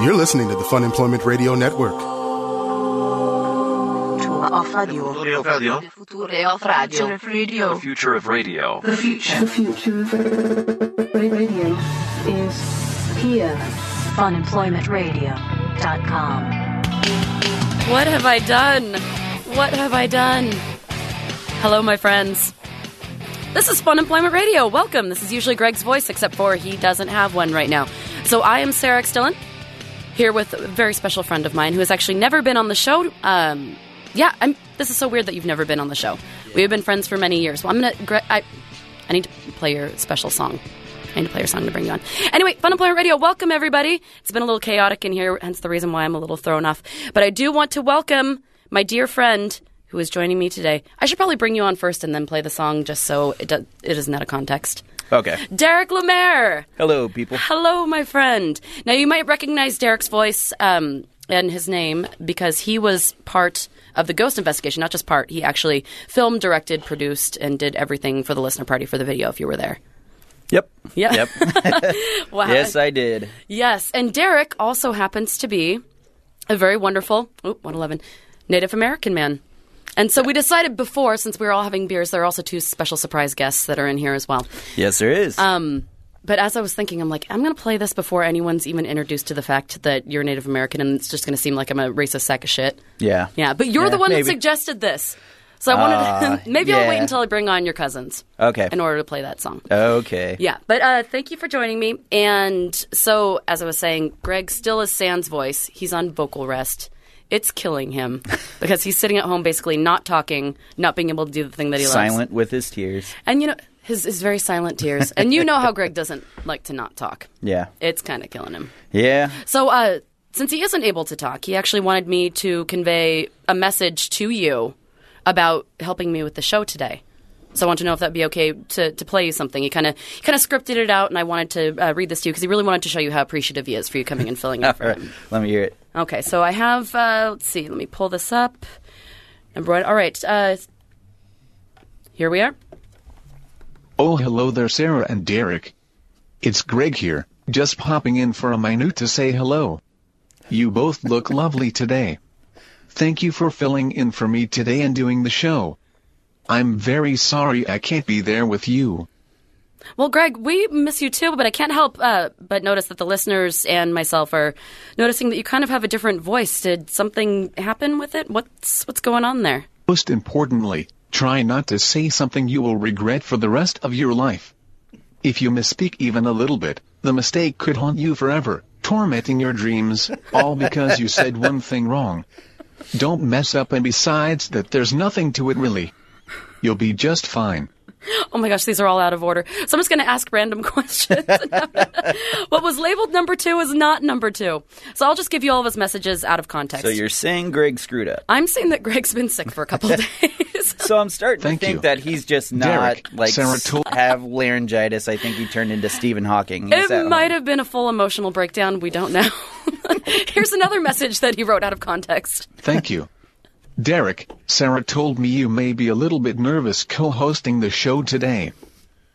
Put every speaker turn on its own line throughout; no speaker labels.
You're listening to the Fun Employment Radio Network.
Future of radio.
Audio value,
Future of radio.
the future of radio.
The future.
The future of radio is here.
Funemploymentradio.com.
What have I done? What have I done? Hello, my friends. This is Fun Employment Radio. Welcome. This is usually Greg's voice, except for he doesn't have one right now. So I am Sarah X. Dillon, here with a very special friend of mine who has actually never been on the show. Um, yeah, I'm, this is so weird that you've never been on the show. We have been friends for many years. Well, I'm gonna. Gre- I, I need to play your special song. I need to play your song to bring you on. Anyway, Fun Employment Radio, welcome everybody. It's been a little chaotic in here, hence the reason why I'm a little thrown off. But I do want to welcome my dear friend who is joining me today. I should probably bring you on first and then play the song just so it, do- it isn't out of context.
Okay.
Derek Lemaire.
Hello, people.
Hello, my friend. Now, you might recognize Derek's voice um, and his name because he was part of the ghost investigation, not just part. He actually filmed, directed, produced, and did everything for the listener party for the video if you were there.
Yep.
Yeah.
Yep.
Wow.
yes, I did.
Yes, and Derek also happens to be a very wonderful, oop, 111, Native American man. And so we decided before, since we were all having beers, there are also two special surprise guests that are in here as well.
Yes, there is. Um,
But as I was thinking, I'm like, I'm going to play this before anyone's even introduced to the fact that you're Native American, and it's just going to seem like I'm a racist sack of shit.
yeah.
Yeah, but you're
Yeah,
the one that
maybe. Ah,
suggested this. So I wanted to, maybe I'll wait
yeah.
until I bring on your cousins.
Okay. Oh.
In order to play that song.
Okay.
Yeah, but uh, thank you for joining me. And so, as I was saying, Greg still is Sans voice. He's on vocal rest. It's killing him because he's sitting at home basically not talking, not being able to do the thing that he loves.
Silent with his tears.
And you know, his, his very silent tears. and you know how Greg doesn't like to not talk.
Yeah.
It's kind of killing him.
Yeah.
So, uh, since he isn't able to talk, he actually wanted me to convey a message to you about helping me with the show today. So I want to know if that'd be okay to, to play you something. He kind of he kind of scripted it out, and I wanted to uh, read this to you because he really wanted to show you how appreciative he is for you coming and filling in for him.
Let me hear it.
Okay, so I have. Uh, let's see. Let me pull this up. Number one. All right. Uh, here we are.
Oh, hello there, Sarah and Derek. It's Greg here, just popping in for a minute to say hello. You both look lovely today. Thank you for filling in for me today and doing the show. I'm very sorry I can't be there with you.
Well, Greg, we miss you too, but I can't help uh, but notice that the listeners and myself are noticing that you kind of have a different voice. Did something happen with it? What's what's going on there?
Most importantly, try not to say something you will regret for the rest of your life. If you misspeak even a little bit, the mistake could haunt you forever, tormenting your dreams, all because you said one thing wrong. Don't mess up and besides that there's nothing to it really. You'll be just fine.
Oh my gosh, these are all out of order. So I'm just going to ask random questions. what was labeled number two is not number two. So I'll just give you all of his messages out of context.
So you're saying Greg screwed up.
I'm saying that Greg's been sick for a couple of days.
So I'm starting
Thank
to think
you.
that he's just not
Derek,
like
Sarah
s-
Tool-
have laryngitis. I think he turned into Stephen Hawking. He's at
It might
home.
have been a full emotional breakdown. We don't know. Here's another message that he wrote out of context.
Thank you. Derek, Sarah told me you may be a little bit nervous co-hosting the show today.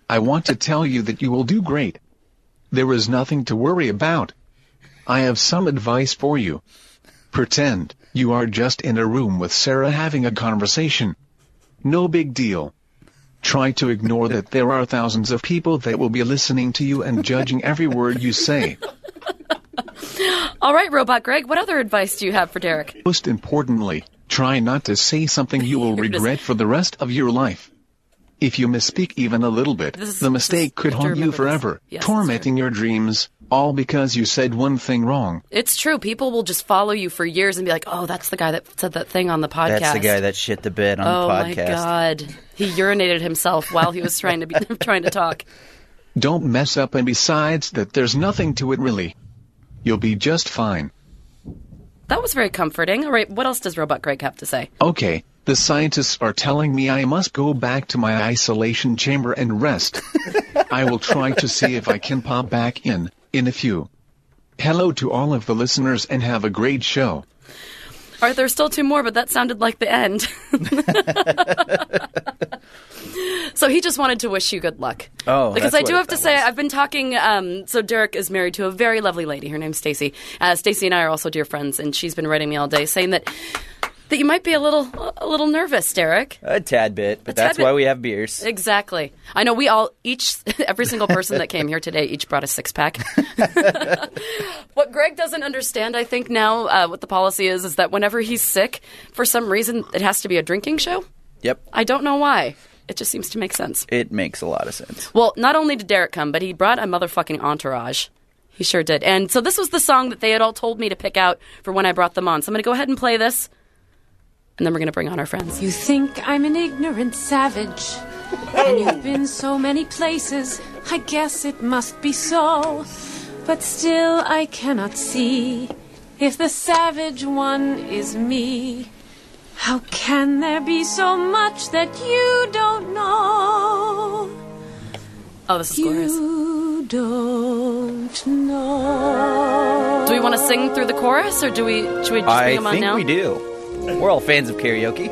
I want to tell you that you will do great. There is nothing to worry about. I have some advice for you. Pretend you are just in a room with Sarah having a conversation. No big deal. Try to ignore that there are thousands of people that will be listening to you and judging every word you say.
All right, Robot Greg, what other advice do you have for Derek?
Most importantly, try not to say something you will
You're just-
regret for the rest of your life. If you misspeak even a little bit,
This is-
the mistake
this-
could
I do
haunt you
remember this.
forever,
Yes, that's
tormenting your dreams, all because you said one thing wrong.
It's true. People will just follow you for years and be like, oh, that's the guy that said that thing on the podcast.
That's the guy that shit the bed on
Oh
the
my
podcast.
god! He urinated himself while he was trying to be trying to talk.
Don't mess up and besides that there's nothing to it really. You'll be just fine.
That was very comforting. All right, what else does Robot Greg have to say?
Okay, the scientists are telling me I must go back to my isolation chamber and rest. I will try to see if I can pop back in, in a few. Hello to all of the listeners and have a great show.
All right, there's still two more, but that sounded like the end. So he just wanted to wish you good luck.
Oh,
because
that's
I do
what
have to
that
say
was.
I've been talking. Um, so Derek is married to a very lovely lady. Her name's Stacy. Uh, Stacy and I are also dear friends, and she's been writing me all day saying that that you might be a little a little nervous, Derek.
A tad bit, but
tad
that's why
bit.
we have beers.
Exactly. I know we all each every single person that came here today each brought a six pack. what Greg doesn't understand, I think now, uh, what the policy is, is that whenever he's sick, for some reason, it has to be a drinking show.
Yep.
I don't know why. It just seems to make sense.
It makes a lot of sense.
Well, not only did Derek come, but he brought a motherfucking entourage. He sure did. And so this was the song that they had all told me to pick out for when I brought them on. So I'm going to go ahead and play this, and then we're going to bring on our friends.
You think I'm an ignorant savage. And you've been so many places, I guess it must be so. But still, I cannot see if the savage one is me. How can there be so much that you don't know?
Oh, this is glorious.
You don't know.
Do we want to sing through the chorus, or do we should we just bring
I
them on
think
now?
we do. We're all fans of karaoke.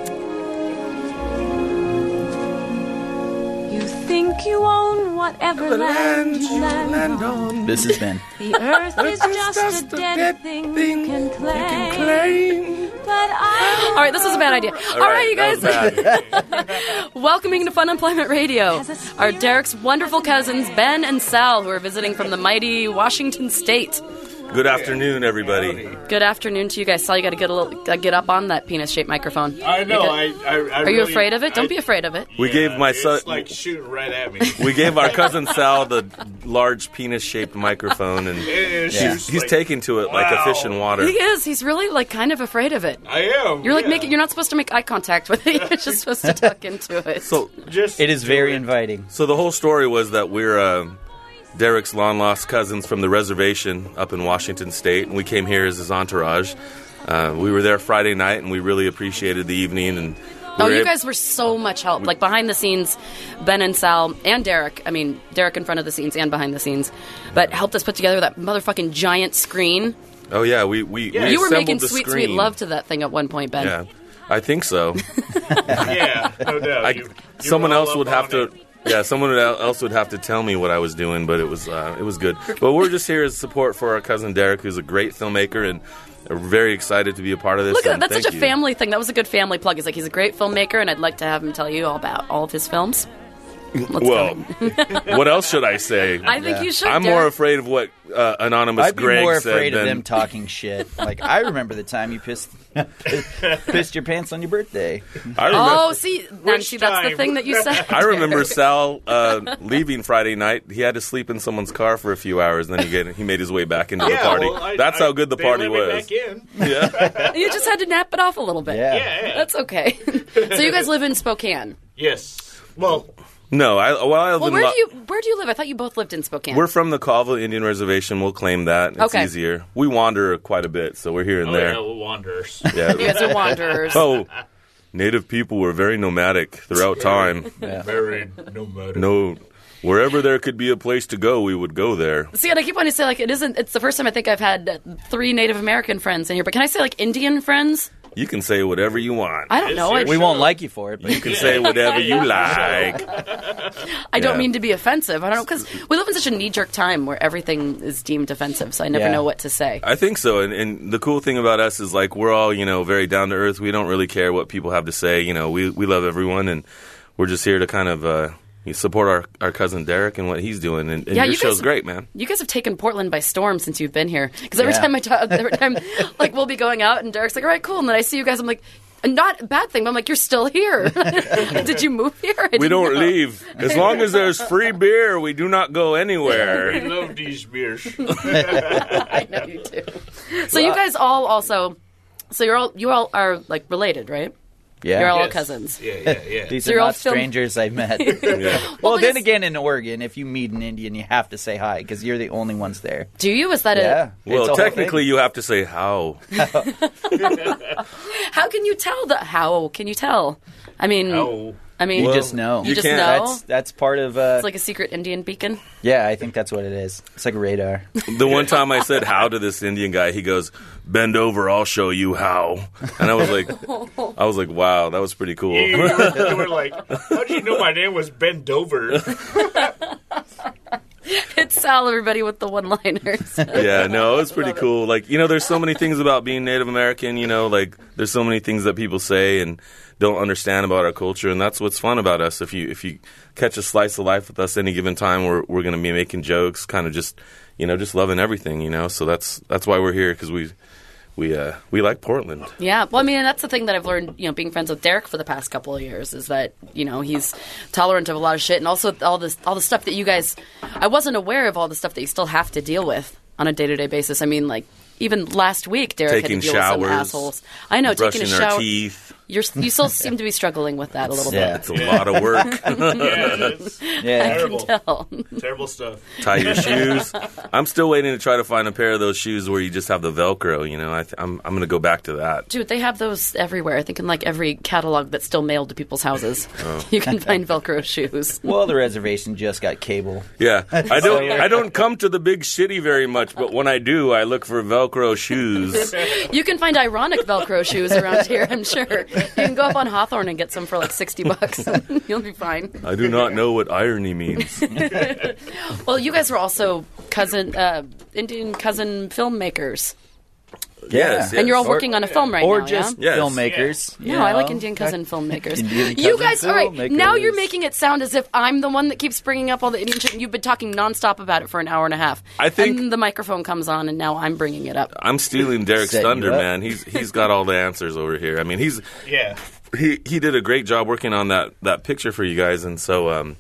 You think you own whatever land you land, on.
This is Ben.
The earth is just, a dead, thing, you can claim. But I
All right, this was a bad idea. all right, you guys. Welcoming to Fun Employment Radio are Derek's wonderful cousins, Ben and Sal, who are visiting from the mighty Washington State.
Good afternoon, everybody.
Good afternoon to you guys. Sal, you got to get a little, gotta get up on that penis shaped microphone.
I know.
You
I,
got-
I, I
are you afraid of it? Don't be afraid of it.
We gave my son,
It's like shooting right at me.
we gave our cousin Sal the large penis-shaped microphone, and
It
Yeah.
shoots
he's
like-
taking to it like a fish in water.
He is. He's really like kind of afraid of it.
I am.
You're like
yeah.
making. You're not supposed to make eye contact with it. You're just supposed to tuck into it.
So,
Just
It is very inviting.
so the whole story was that we're um Derek's long-lost cousins from the reservation up in Washington State, and we came here as his entourage. Uh, we were there Friday night, and we really appreciated the evening. And we
Oh,
were
you
ab-
guys were so much help. Like behind the scenes, Ben and Sal and Derek. I mean, Derek in front of the scenes and behind the scenes, but helped us put together that motherfucking giant screen.
Oh yeah, we we, we
you were
assembled
making
the
sweet,
screen.
sweet love to that thing at one point, Ben.
Yeah, I think so.
Yeah, no doubt.
I,
You- you
someone
were all
else
up
would have
on
to.
it.
Yeah, someone el- else would have to tell me what I was doing, but it was uh, it was good. But we're just here as support for our cousin Derek, who's a great filmmaker, and we're very excited to be a part of this.
Look at that.
and
That's
thank
such a
you.
family thing. That was a good family plug. He's like, he's a great filmmaker, and I'd like to have him tell you all about all of his films. Let's
Well,
go.
what else should I say?
I think you should.
I'm
Derek.
more afraid of what uh, anonymous
I'd be
Greg
more
said
afraid
than
of them talking shit. Like I remember the time you pissed pissed your pants on your birthday.
I remember.
Oh, see, then,
Which
see, that's the
time?
thing that you said.
I remember Sal uh, leaving Friday night. He had to sleep in someone's car for a few hours, and then he get, he made his way back into
Yeah,
the party.
well, I-
That's
I-
how good the
they
party
let me
was.
Back in.
Yeah.
You just had to nap it off a little bit.
Yeah.
Yeah, yeah.
That's okay. so you guys live in Spokane.
yes. Well,
no, I well I live
Well,
in
where
Lo-
do you where do you live? I thought you both lived in Spokane.
We're from the Colville Indian Reservation. We'll claim that. It's
Okay.
easier. We wander quite a bit, so we're here and
oh,
there.
yeah, well, wanderers.
Yeah.
you guys are wanderers.
oh, native people were very nomadic throughout time.
Very nomadic.
No, wherever there could be a place to go, we would go there.
See, and I keep wanting to say like it isn't. It's the first time I think I've had uh, three Native American friends in here. But can I say like Indian friends?
You can say whatever you want.
I don't
It's
know. I,
your
We
show.
won't like you for it, but
You can say whatever you like.
I don't
yeah.
mean to be offensive. I don't know because we live in such a knee jerk time where everything is deemed offensive. So I never
Yeah.
know what to say.
I think so. And, and the cool thing about us is like we're all you know very down to earth. We don't really care what people have to say. You know, we we love everyone, and we're just here to kind of uh, support our, our cousin Derek and what he's doing. And, and
Yeah,
your
you guys-
show's great, man.
You guys have taken Portland by storm since you've been here. Because every
Yeah.
time I talk, every time like we'll be going out and Derek's like, all right, cool, and then I see you guys, I'm like. Not a bad thing, but I'm like, you're still here. Did you move here? I
We
didn't
don't
know.
leave. As long as there's free beer, we do not go
We
anywhere.
love these beers.
I know you do. So you guys all also, so you're all you all are like related, right?
yeah.
You're all
Yes.
cousins.
Yeah, yeah, yeah.
These
So
are
you're all
not
film-
strangers I've met.
Yeah.
well, then
because-
again, in Oregon, if you meet an Indian, you have to say hi because you're the only ones there.
Do you? Is that
Yeah. It's a
Well,
whole
technically,
thing.
you have to say how.
it? How can you tell that? How can you tell? I mean,
Oh,
I mean,
You
Well,
just know.
you,
you
just
can't-
know.
That's that's part of. Uh,
it's like a secret Indian beacon.
yeah, I think that's what it is. It's like a radar.
The one time I said how to this Indian guy, he goes, "Bend over, I'll show you how." And I was like, I was like, wow, that was pretty cool.
You were, you were like, how did you know my name was Ben Dover?
It's Sal, everybody, with the one-liners.
yeah, no, it was pretty cool. Like, you know, there's so many things about being Native American, you know, like there's so many things that people say and don't understand about our culture and that's what's fun about us. If you if you catch a slice of life with us any given time, we're we're going to be making jokes, kind of just, you know, just loving everything, you know. So that's that's why we're here cuz we we uh we like Portland.
Yeah, well, I mean, and that's the thing that I've learned, you know, being friends with Derek for the past couple of years is that you know he's tolerant of a lot of shit, and also all this, all the stuff that you guys, I wasn't aware of all the stuff that you still have to deal with on a day to day basis. I mean, like even last week, Derek
Taking
had to deal with
showers,
some assholes. I know, taking
Brushing
a shower.
our teeth.
You're, you still seem to be struggling with that a little
Yeah.
It's a lot of work.
yeah, it's
Yeah,
terrible.
bit. Hell.
Terrible stuff.
tie your shoes. I'm still waiting to try to find a pair of those shoes where you just have the Velcro. You know, I th- I'm I'm gonna go back to that.
Dude, they have those everywhere. I think in like every catalog that's still mailed to people's houses,
Oh.
you can find Velcro shoes.
well, the reservation just got cable.
Yeah, I don't I don't come to the big city very much, but when I do, I look for Velcro shoes.
You can find ironic Velcro shoes around here, I'm sure. You can go up on Hawthorne and get some for like 60 bucks. You'll be fine.
I do not know what irony means.
Well, you guys were also cousin, uh, Indian cousin filmmakers.
Yes,
And you're all
yes.
working on a film right
or
now,
just
yeah?
yeah? Yes.
filmmakers. you
No, I like
know?
Indian cousin filmmakers.
Indian
you
cousin
guys, all right, now
filmmakers.
you're making it sound as if I'm the one that keeps bringing up all the Indian shit, and you've been talking nonstop about it for an hour and a half.
I think-
And the microphone comes on, and now I'm bringing it up.
I'm stealing Derek's
Setting you
thunder,
up.
man. He's he's got all the answers over here. I mean, he's
Yeah.
he he did a great job working on that that picture for you guys, and so um,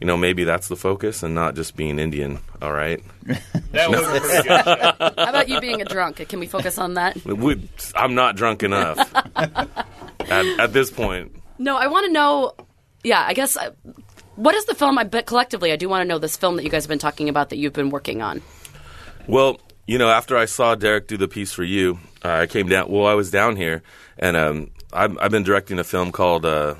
you know, maybe that's the focus and not just being Indian. All right.
That was a pretty good shot.
How about you being a drunk? Can we focus on that?
We, I'm not drunk enough at, at this point.
No, I want to know. Yeah, I guess. uh, What is the film? I bet collectively, I do want to know this film that you guys have been talking about that you've been working on.
Well, you know, after I saw Derek do the piece for you, uh, I came down. Well, I was down here, and um, I've, I've been directing a film called uh,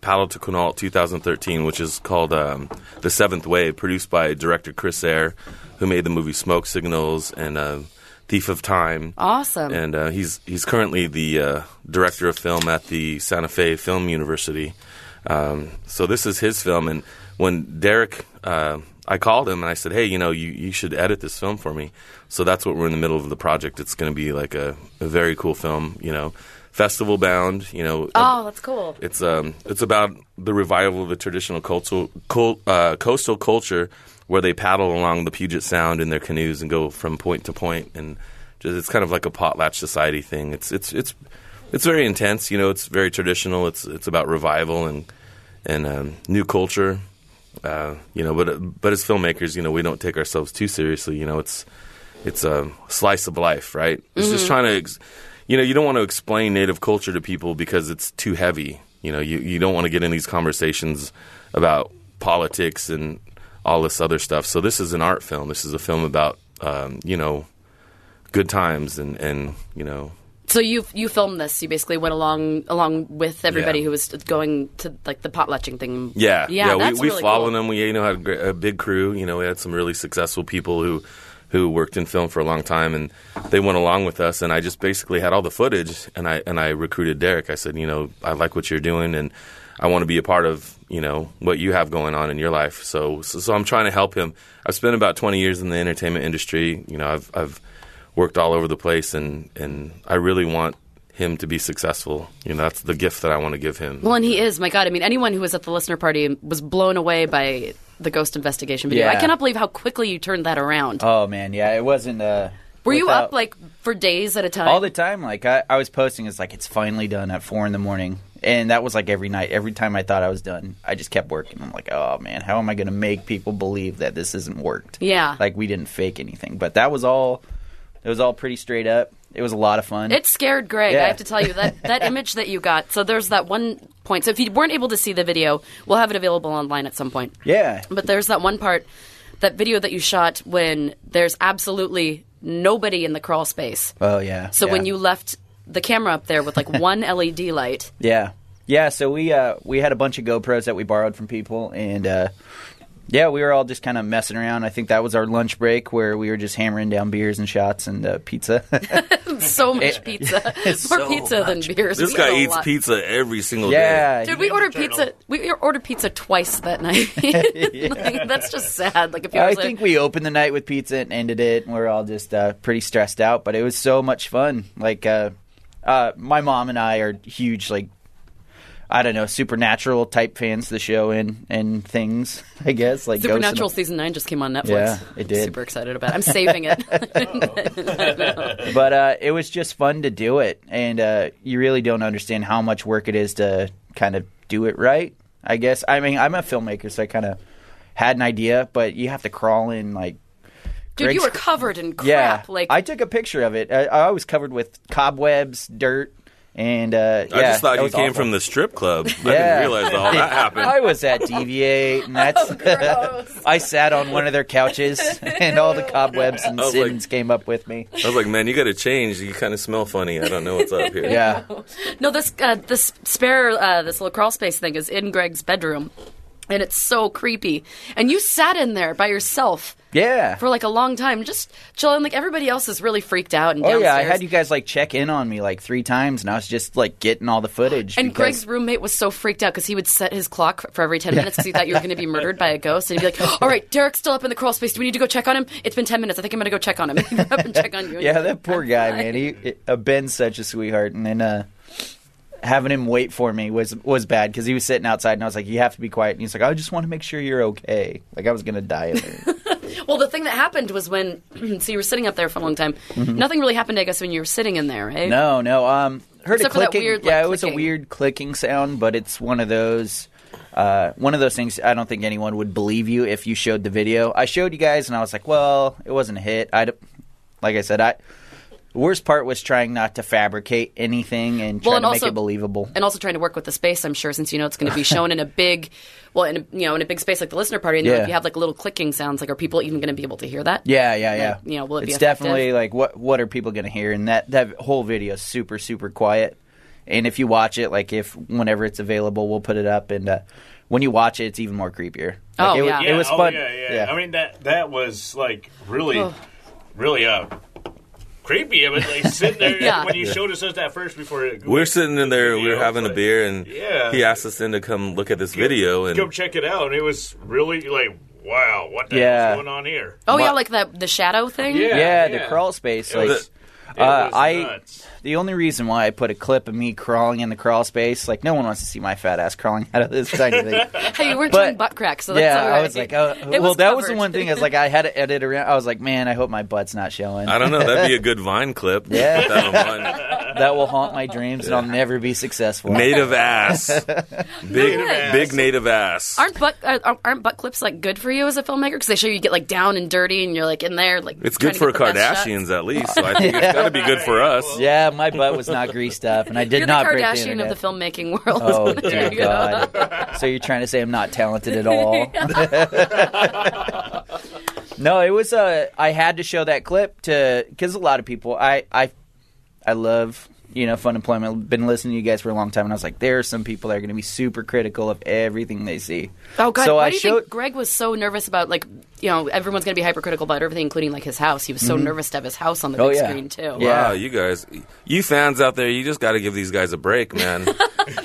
Palo to Quinault 2013, which is called um, The Seventh Wave, produced by director Chris Eyre, who made the movie Smoke Signals and uh, Thief of Time.
Awesome.
And uh, he's he's currently the uh, director of film at the Santa Fe Film University. Um, so this is his film, and when Derek, uh, I called him and I said, "Hey, you know, you, you should edit this film for me." So that's what we're in the middle of the project. It's going to be like a, a very cool film, you know, festival bound, you know.
oh, that's cool.
It's um it's about the revival of the traditional coastal cul- uh, coastal culture where they paddle along the Puget Sound in their canoes and go from point to point and just it's kind of like a potlatch society thing. It's it's it's it's very intense, you know, it's very traditional. It's it's about revival and and um, new culture. Uh, you know, but but as filmmakers, you know, we don't take ourselves too seriously. You know, it's it's a slice of life, right? It's just trying to, ex- you know, you don't want to explain native culture to people because it's too heavy. You know, you, you don't want to get in these conversations about politics and all this other stuff. So this is an art film. This is a film about, um, you know, good times and, and you know,
So you you filmed this. You basically went along along with everybody
Yeah.
who was going to like the potlatching thing.
Yeah,
yeah.
We,
that's
we
really
followed
cool.
them. We you know had a, gr- a big crew. You know, we had some really successful people who who worked in film for a long time, and they went along with us. And I just basically had all the footage, and I and I recruited Derek. I said, you know, I like what you're doing, and I want to be a part of you know what you have going on in your life. So so, so I'm trying to help him. I've spent about 20 years in the entertainment industry. You know, I've I've worked all over the place, and and I really want him to be successful. You know, that's the gift that I want to give him.
Well, and he is. My God, I mean, anyone who was at the listener party was blown away by the ghost investigation video.
Yeah.
I cannot believe how quickly you turned that around.
Uh,
Oh man, yeah, it wasn't. Uh,
Were you
without-
up like for days at a time?
all the time? Like I, I was posting, it's like it's finally done at four in the morning, and that was like every night. Every time I thought I was done, I just kept working. I'm like, oh man, how am I going to make people believe that this isn't worked?
Yeah.
like we didn't fake anything, but that was all. It was all pretty straight up. It was a lot of fun.
It scared Greg. I
Yeah.
have to tell you that that image that you got. So there's that one point. So if you weren't able to see the video, we'll have it available online at some point.
yeah,
But there's that one part, that video that you shot when there's absolutely nobody in the crawl space.
oh yeah.
So when
yeah.
you left the camera up there with like one LED E light,
yeah, Yeah, so we uh, we had a bunch of GoPros that we borrowed from people, and uh, yeah, we were all just kind of messing around. I think that was our lunch break where we were just hammering down beers and shots and uh, pizza.
So much pizza. More
so
pizza than beers.
This
We
guy
had a
eats
lot.
pizza every single day.
yeah,
Dude, we ordered pizza. We ordered pizza twice that night. Like, that's just sad. Like if you
I
was
think we opened the night with pizza and ended it, and we are all just uh, pretty stressed out. But it was so much fun. Like uh, uh, my mom and I are huge, like I don't know, supernatural type fans of the show and and things. I guess like ghosts and-
Supernatural season nine just came on Netflix.
Yeah, it
I'm
did.
super excited about. it. I'm saving it.
but uh, it was just fun to do it, and uh, you really don't understand how much work it is to kind of do it right. I guess I mean I'm a filmmaker, so I kind of had an idea, but you have to crawl in like
Dude,
Greg's-
you were covered in
yeah.
crap. Like
I took a picture of it. I, I was covered with cobwebs, dirt, and uh,
I
yeah,
just thought
that
you
was
came
awful.
from the strip club. I didn't
Yeah.
realize that all that happened.
I was at Deviate, and
Oh,
that's. I sat on one of their couches, and all the cobwebs and
I was like-
sins came up with me.
I was like, man, you got to change. You kind of smell funny. I don't know what's up here.
Yeah,
no, this uh, this spare uh, this little crawl space thing is in Greg's bedroom, and it's so creepy. And you sat in there by yourself
yeah.
for like a long time, just chilling. Like everybody else is really freaked out and
Oh
downstairs.
yeah, I had you guys like check in on me like three times, and I was just like getting all the footage.
And
because-
Greg's roommate was so freaked out because he would set his clock for- for every 10 minutes because he thought you were going to be murdered by a ghost. And he'd be like, all right, Derek's still up in the crawl space. Do we need to go check on him? It's been 10 minutes. I think I'm going to go check on him. He'd go up and check on you.
yeah, that poor guy, man. He it, uh, Ben's such a sweetheart, and then uh, having him wait for me was was bad because he was sitting outside, and I was like, "You have to be quiet." And he's like, "I just want to make sure you're okay." Like I was gonna die. In there.
Well, the thing that happened was when, so you were sitting up there for a long time. Nothing really happened, I guess, when you were sitting in there, right?
Mm-hmm. no, no. Um, heard
Except
a
for that
clicking.
weird, like,
yeah, it was a
clicking.
weird clicking sound, but it's one of those. Uh, one of those things I don't think anyone would believe you if you showed the video. I showed you guys and I was like, well, it wasn't a hit. I d- like I said, I the worst part was trying not to fabricate anything and trying
Well, and
to
also-
make it believable.
And also trying to work with the space, I'm sure, since you know it's going to be shown in a big, well, in a, you know, in a big space like the listener party. And then
Yeah.
if you have like little clicking sounds, like are people even going to be able to hear that?
Yeah, yeah, yeah.
you know, will it be
it's
effective?
definitely like what what are people going to hear? And that that whole video is super super quiet. And if you watch it, like if whenever it's available, we'll put it up. And uh, when you watch it, it's even more creepier. Like,
Oh,
it, wa-
yeah.
it was
oh,
fun.
Yeah, yeah, I mean that that was like really,
Oh.
really uh, creepy. I mean, like sitting there
Yeah.
when you showed us that first before. It,
We're sitting in there. We
You
were
know,
having a
like,
beer, and
Yeah.
he asked us in to come look at this video. And
Come check it out, and it was really like, wow, what the
Yeah.
hell's going on here?
Oh, yeah,
But-
like the, the shadow thing?
Yeah.
yeah, the
yeah.
crawl space. Like,
was-
It
uh,
was
I
nuts.
the only reason why I put a clip of me crawling in the crawl space, like no one wants to see my fat ass crawling out of this tiny thing.
Hey, you weren't
But-
doing butt crack, so that's
yeah,
all right.
I was like, oh,
It
well, that was the
covered.
one thing. Is like I had to edit around. I was like, man, I hope my butt's not showing.
I don't know. That'd be a good Vine clip.
Yeah.
Put that on Vine.
that will haunt my dreams, and I'll never be successful.
Native ass. Big,
way.
big native ass.
Aren't butt uh, aren't butt clips like good for you as a filmmaker? Because they show you get like down and dirty, and you're like in there like.
It's
trying
good
to
for
get the best shots.
Kardashians at least. So I think it's got to be good for us.
Yeah, my butt was not greased up, and I did
You're the
not break the
Kardashian
internet.
of the filmmaking world.
Oh
There
dear
you go.
God! So you're trying to say I'm not talented at all? no, it was. Uh, I had to show that clip to because a lot of people. I I I love you know fun employment. I've been listening to you guys for a long time, and I was like, there are some people that are going to be super critical of everything they see.
Oh god!
So
Why
I
do you
showed.
think Greg was so nervous about like you know everyone's gonna be hypercritical about everything, including like his house? He was so nervous to have his house on the
Mm-hmm. Oh,
big
yeah.
screen too.
Yeah.
Wow, you guys, you fans out there, you just got to give these guys a break, man.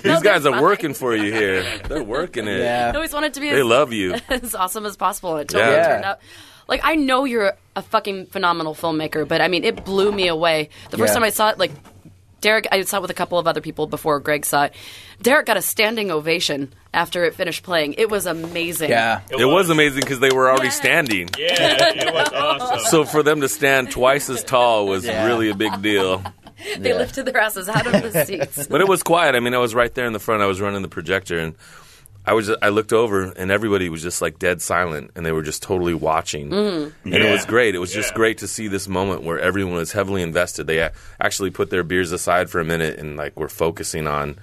these guys are working for you here. They're working it.
Yeah.
I always wanted to be.
They
as,
love you.
as awesome as possible, and it totally
Yeah.
turned out. Like I know you're a fucking phenomenal filmmaker, but I mean, it blew me away the first
Yeah.
time I saw it. Like Derek, I saw it with a couple of other people before Greg saw it. Derek got a standing ovation after it finished playing. It was amazing.
yeah.
It was amazing because they were already
Yeah.
standing.
Yeah, it was awesome.
So for them to stand twice as tall was
Yeah.
really a big deal.
they lifted their asses out of the seats.
But it was quiet. I mean, I was right there in the front. I was running the projector, and I was. I looked over, and everybody was just like dead silent, and they were just totally watching.
Mm.
And it
Yeah.
was great. It was just
Yeah.
great to see this moment where everyone was heavily invested. They a- actually put their beers aside for a minute and like were focusing on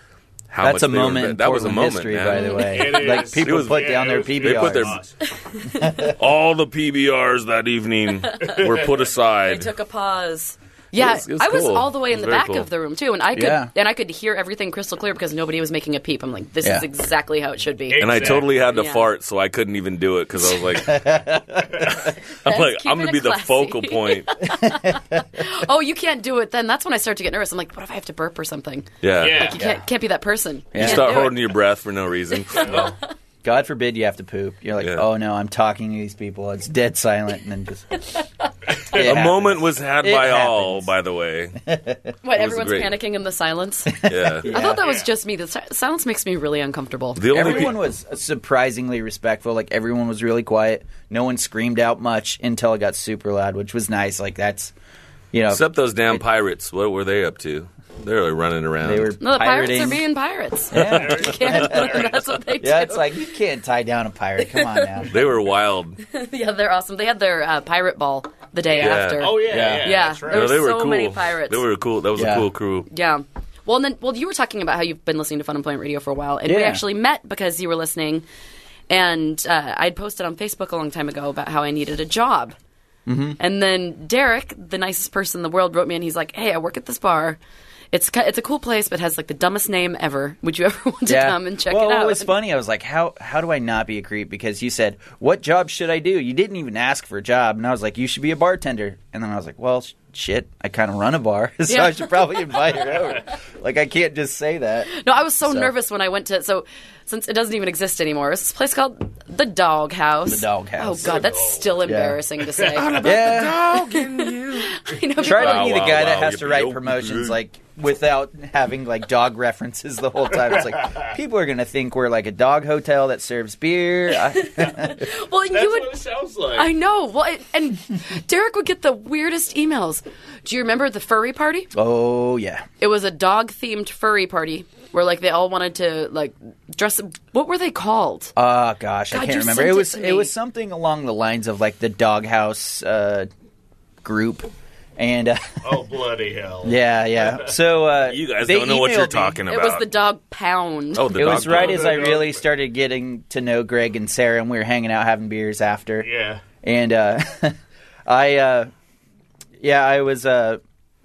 how much
That's a
they were
moment.
inve-
in
that was a
Portland
moment,
history,
man.
by the way.
It is.
like people
It was-
put
Yeah,
down
it
their
was-
PBRs.
They put their-
awesome.
All the PBRs that evening were put
They
aside.
took a pause. Yeah,
was- it was
I was
cool.
all the way
It
in
was
the
very
back
cool.
of the room too, and I could
Yeah.
and I could hear everything crystal clear because nobody was making a peep. I'm like, this
Yeah.
is exactly how it should be.
And I
Exactly.
totally had to
Yeah.
fart, so I couldn't even do it because I was like, I'm like, I'm
keeping
gonna
it
be the
classy.
focal point.
oh, you can't do it. Then that's when I start to get nervous. I'm like, what if I have to burp or something?
Yeah,
Yeah.
You can't can't be that person.
Yeah.
you
can't
start
do it.
holding your breath for no reason.
God forbid you have to poop. You're like,
Yeah.
oh no, I'm talking to these people. It's dead silent, and then just
a moment was had
It
by all,
happens.
by the way.
What
It was
everyone's
great.
panicking in the silence.
Yeah.
I thought that was
Yeah.
just me. The si- silence makes me really uncomfortable.
The only
Everyone
pe-
was surprisingly respectful. Like everyone was really quiet. No one screamed out much until it got super loud, which was nice. Like that's, you know,
except those damn pirates. What were they up to? They were running around.
they were
no, the pirates
pirating.
are being pirates.
yeah.
You can't- that's what they do.
yeah, it's like you can't tie down a pirate. Come on now.
They were wild.
Yeah, they're awesome. They had their uh, pirate ball the day
Yeah.
after.
Oh yeah,
Yeah.
yeah.
Yeah.
That's right.
There
No,
was
they were
so
cool.
many pirates.
They were cool. That was
Yeah.
a cool crew.
Yeah. Well, and then, well, you were talking about how you've been listening to Fun Employment Radio for a while, and we
Yeah.
actually met because you were listening, and uh, I'd posted on Facebook a long time ago about how I needed a job.
Mm-hmm.
And then Derek, the nicest person in the world, wrote me, and he's like, "Hey, I work at this bar. It's ki- it's a cool place, but has like the dumbest name ever. Would you ever want to come and check
well,
it out?"
It was funny. I was like, how how do I not be a creep? Because you said, what job should I do? You didn't even ask for a job, and I was like, you should be a bartender. And then I was like, well, sh- shit, I kind of run a bar, so
Yeah.
I should probably invite her over. Like, I can't just say that.
No, I was so,
So-
nervous when I went to so since it doesn't even exist anymore. It's this place called the Dog House.
The Dog House.
Oh God, that's still embarrassing to say. I
yeah,
know,
try
Wow,
to be the
wow,
guy that
wow,
has to
yippee,
write
yo,
promotions
yippee.
like without having like dog references the whole time. It's like people are gonna think we're like a dog hotel that serves beer. I,
well, and
That's
you would.
what it sounds like.
I know. Well, it, and Derek would get the weirdest emails. Do you remember the furry party?
oh yeah,
It was a dog themed furry party where like they all wanted to like dress. What were they called?
Oh gosh, I
God,
can't
you
remember.
sent
It
it
was
to
it was
me.
something along the lines of like the doghouse uh, group, and uh,
oh bloody hell!
yeah, yeah. So uh,
You guys
they
don't know what you're
emailed me.
talking
it
about.
was the dog pound.
uh, oh, the
It was
dog
right
pound.
as I
dog.
really started getting to know Greg and Sarah, and we were hanging out having beers after.
Yeah.
and uh, I, uh, yeah, I was uh,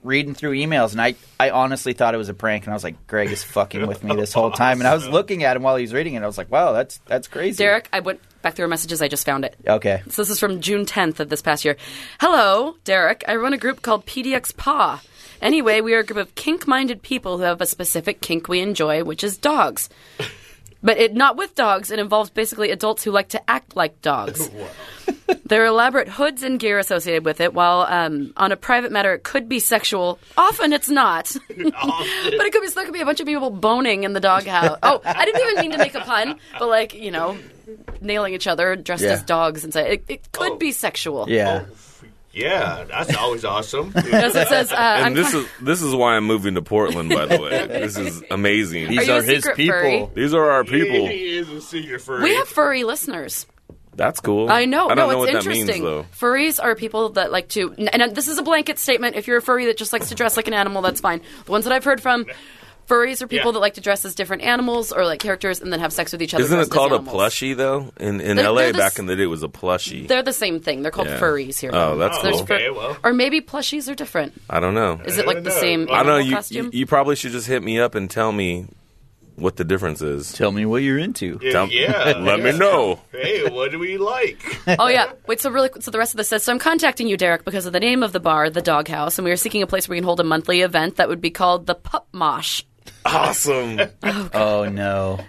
reading through emails, and I, I honestly thought it was a prank, and I was like, Greg is fucking with me this whole time, and I was looking at him while he was reading it, I was like, wow, that's that's crazy,
Derek, I went back through our messages. I just found it.
Okay,
So this is from June 10th of this past year. Hello, Derek. I run a group called PDX Paw. Anyway, we are a group of kink-minded people who have a specific kink we enjoy, which is dogs. But it not with dogs. It involves basically adults who like to act like dogs. there are elaborate hoods and gear associated with it. While um, on a private matter, it could be sexual. Often it's not. But it could be so there could be a bunch of people boning in the doghouse. oh, I didn't even mean to make a pun, but like you know, nailing each other dressed
Yeah.
as dogs and say it, it could
Oh.
be sexual.
yeah.
Yeah, that's always awesome.
As it says, uh, I'm
and this
con-
is this is why I'm moving to Portland. By the way, this is amazing.
Are
These
you
are,
a secret furry?
these are our people.
He is a secret furry.
we have furry listeners.
That's cool.
I know.
I don't
no,
know
it's
what that
interesting.
means though.
Furries are people that like to, and uh, this is a blanket statement. If you're a furry that just likes to dress like an animal, that's fine. The ones that I've heard from. Furries are people
Yeah.
that like to dress as different animals or like characters and then have sex with each other.
Isn't
dressed
it
as
called a
animals.
plushie though? In in
They're-
LA
they're the
back
s-
in the day, it was a plushie.
They're the same thing. They're called
Yeah.
furries here.
Oh, that's
Oh,
There's
cool.
fur-
Okay, well.
Or maybe plushies are different.
I don't know.
Is it like the
Yeah,
same
no. I
I know
animal
you,
costume?
you. You probably should just hit me up and tell me what the difference is.
Tell me what you're into.
Yeah,
Tell-
yeah.
Let me know.
Hey, what do we like?
oh yeah. Wait. So really, so the rest of this says so. I'm contacting you, Derek, because of the name of the bar, the Doghouse, and we are seeking a place where we can hold a monthly event that would be called the Pup Mosh.
Awesome.
Oh no.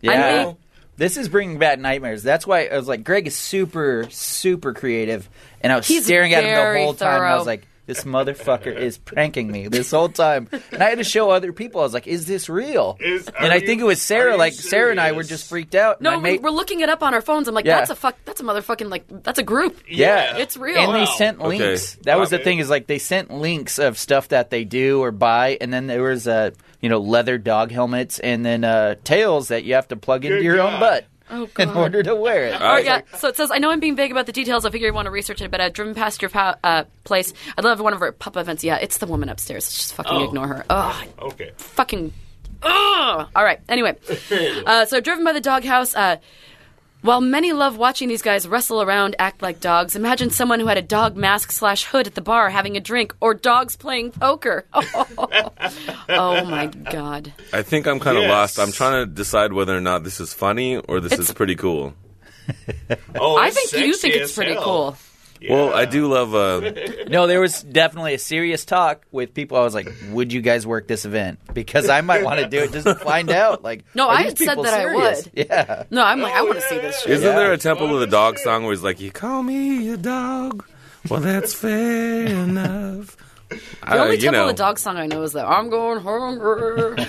Yeah.
mean-
this is bringing back nightmares. That's why I was like, Greg is super, super creative, and I was
He's
staring at him the
very
whole time. And I
thorough.
was like, this motherfucker is pranking me this whole time, and I had to show other people. I was like, is this real?
Is-
and
are
I think
you-
it was
are
Sarah.
you
Like Sarah and I were
serious?
just freaked out. and
No,
I
we,
made-
we're looking it up on our phones. I'm like,
Yeah.
that's a fuck. That's a motherfucking like. That's a group.
Yeah.
It's real.
and they
Wow.
sent
Okay.
links. That was the
Wow.
thing is like they sent links of stuff that they do or buy, and then there was uh, you know leather dog helmets and then uh, tails that you have to plug into
Good
your own
God.
butt
Oh,
in
God.
order to wear it.
Or, yeah, so it says, I know I'm being vague about the details. I figure you want to research it, but I've driven past your pa- uh, place. I'd love one of her pup events. Yeah, it's the woman upstairs. Let's just fucking
Oh.
ignore her. Ugh,
Okay.
fucking. Ugh. All right. Anyway, uh, so driven by the doghouse. Uh, While many love watching these guys wrestle around, act like dogs, imagine someone who had a dog mask slash hood at the bar having a drink, or dogs playing poker. oh my god!
I think I'm kind of
Yes.
lost. I'm trying to decide whether or not this is funny or this
It's-
is pretty cool.
Oh,
I
it's
think you
sexy
think it's
as
pretty
hell.
cool.
Well, I do love. Uh,
No, there was definitely a serious talk with people. I was like, "Would you guys work this event?" Because I might want to do it just to find out. Like,
No,
are
I
these
had said
people
that I
serious?
would.
Yeah,
No, I'm like, I
Oh,
want to
yeah,
see this.
yeah,
Shit.
isn't there
Yeah.
a Temple of the Dog song where he's like, "You call me a dog"? Well, that's fair enough.
The only Temple of the Dog song I know is that I'm going hungry.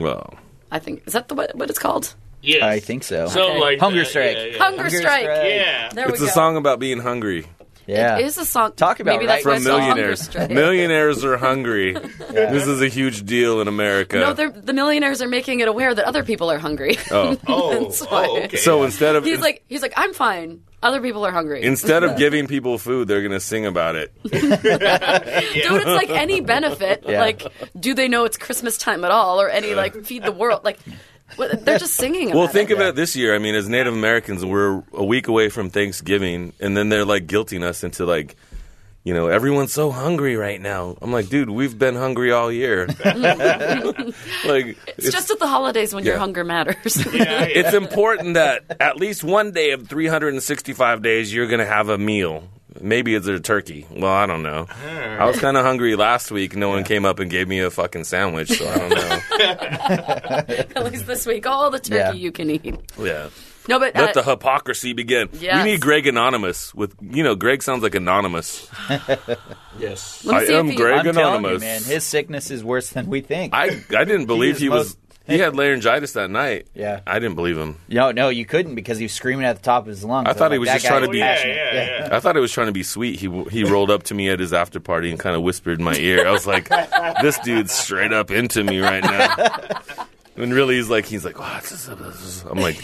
Well,
I think is that the what, what it's called?
Yes.
I think so.
So like
Hunger
that,
strike.
yeah, yeah.
Hunger, Strike.
Yeah.
There
it's
we
a
go.
song about being hungry.
Yeah,
It is a song.
Talk about
maybe
right
that's why
From
it's called Hunger
millionaires.
Strike.
Millionaires are hungry. This is a huge deal in America.
No, they're, the millionaires are making it aware that other people are hungry.
oh.
Oh,
That's why.
oh, okay.
So instead of
he's like, he's like, I'm fine. Other people are hungry.
instead of giving people food, they're gonna sing about it.
Dude, it's like any benefit.
Yeah.
Like, do they know it's Christmas time at all, or any like feed the world? Like, what- they're just singing.
Well,
about
think
it.
about this year. I mean, as Native Americans, we're a week away from Thanksgiving, and then they're like guilting us into like, you know, everyone's so hungry right now. I'm like, dude, we've been hungry all year. like,
It's, just at the holidays when your
Yeah.
hunger matters.
yeah, yeah.
it's important that at least one day of 365 days you're going to have a meal. Maybe it's a turkey. Well, I don't know. I was kind of hungry last week. No one came up and gave me a fucking sandwich, so I don't know.
at least this week, all the turkey
Yeah.
you can eat.
yeah.
No, but
Let
uh,
the hypocrisy begin.
Yes.
We need Greg Anonymous with you know Greg sounds like anonymous.
yes.
let me
I
see
am
if he,
Greg
I'm telling you,
Anonymous.
man, his sickness is worse than we think.
I I didn't believe
is
he was.
most-
He had laryngitis that night.
Yeah.
I didn't believe him.
no, no, you couldn't because he was screaming at the top of his lungs.
I thought he
I'm
was
like,
just
"That guy
trying to
is
be-
Yeah,
passionate."
yeah, yeah.
I thought it was trying to be sweet. He he rolled up to me at his after party and kind of whispered in my ear. I was like, "This dude's straight up into me right now." And really, he's like, he's like, "Wow, this is- this is-" I'm like,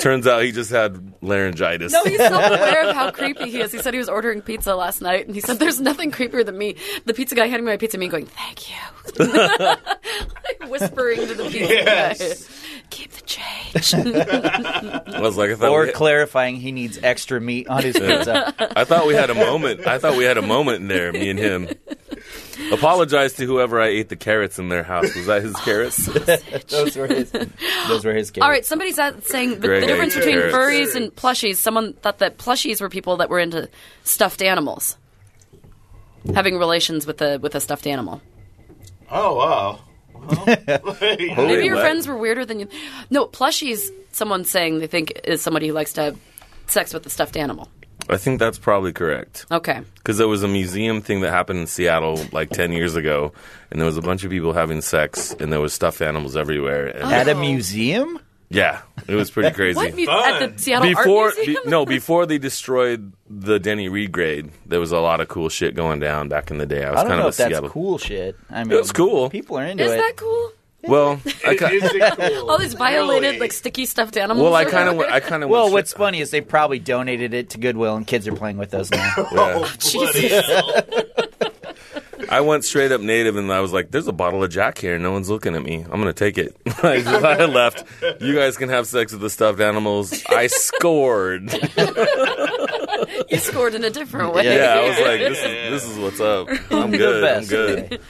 turns out he just had laryngitis.
No, he's self-aware of how creepy he is. He said he was ordering pizza last night, and he said, "There's nothing creepier than me." The pizza guy handing me my pizza, me going, "Thank you," Like, whispering to the pizza
Yes.
guy, "Keep the change."
I was like, I thought,
Or
we,
clarifying, he needs extra meat on his pizza.
I thought we had a moment. I thought we had a moment in there, me and him. Apologize to whoever I ate the carrots in their house. Was that his carrots?
those were his. Those were his. Kids.
All right, somebody's out saying the,
Greg
the difference
hates
between
carrots.
furries and plushies. Someone thought that plushies were people that were into stuffed animals, having relations with a with a stuffed animal.
Oh wow. Well,
Maybe your
what?
friends were weirder than you. No, plushies. Someone's saying they think is somebody who likes to have sex with a stuffed animal.
I think that's probably correct.
Okay.
because there was a museum thing that happened in Seattle like 10 years ago, and there was a bunch of people having sex, and there was stuffed animals everywhere. And
At a museum?
Yeah, it was pretty crazy.
Oh. What mu-
Fun.
at the Seattle
before
Art
be-
Museum?
no, before they destroyed the Denny Reed grade, there was a lot of cool shit going down back in the day. I was
I don't
kind of
know
a
if that's
Seattle.
cool shit. I mean,
It's cool.
People are into
Is
it.
that cool?
Well, I ki-
Is it cool?
All these violated
Really?
like sticky stuffed animals.
well, I
are
kind of
there.
I kind of
well, what's funny is they probably donated it to Goodwill, and kids are playing with those now.
Oh, bloody hell.
I went straight up native, and I was like, "There's a bottle of Jack here. and No one's looking at me. I'm gonna take it." I just- I left. You guys can have sex with the stuffed animals. I scored.
you scored in a different way.
Yeah, I was like, this is, this is what's up. I'm good. I'm
best.
good.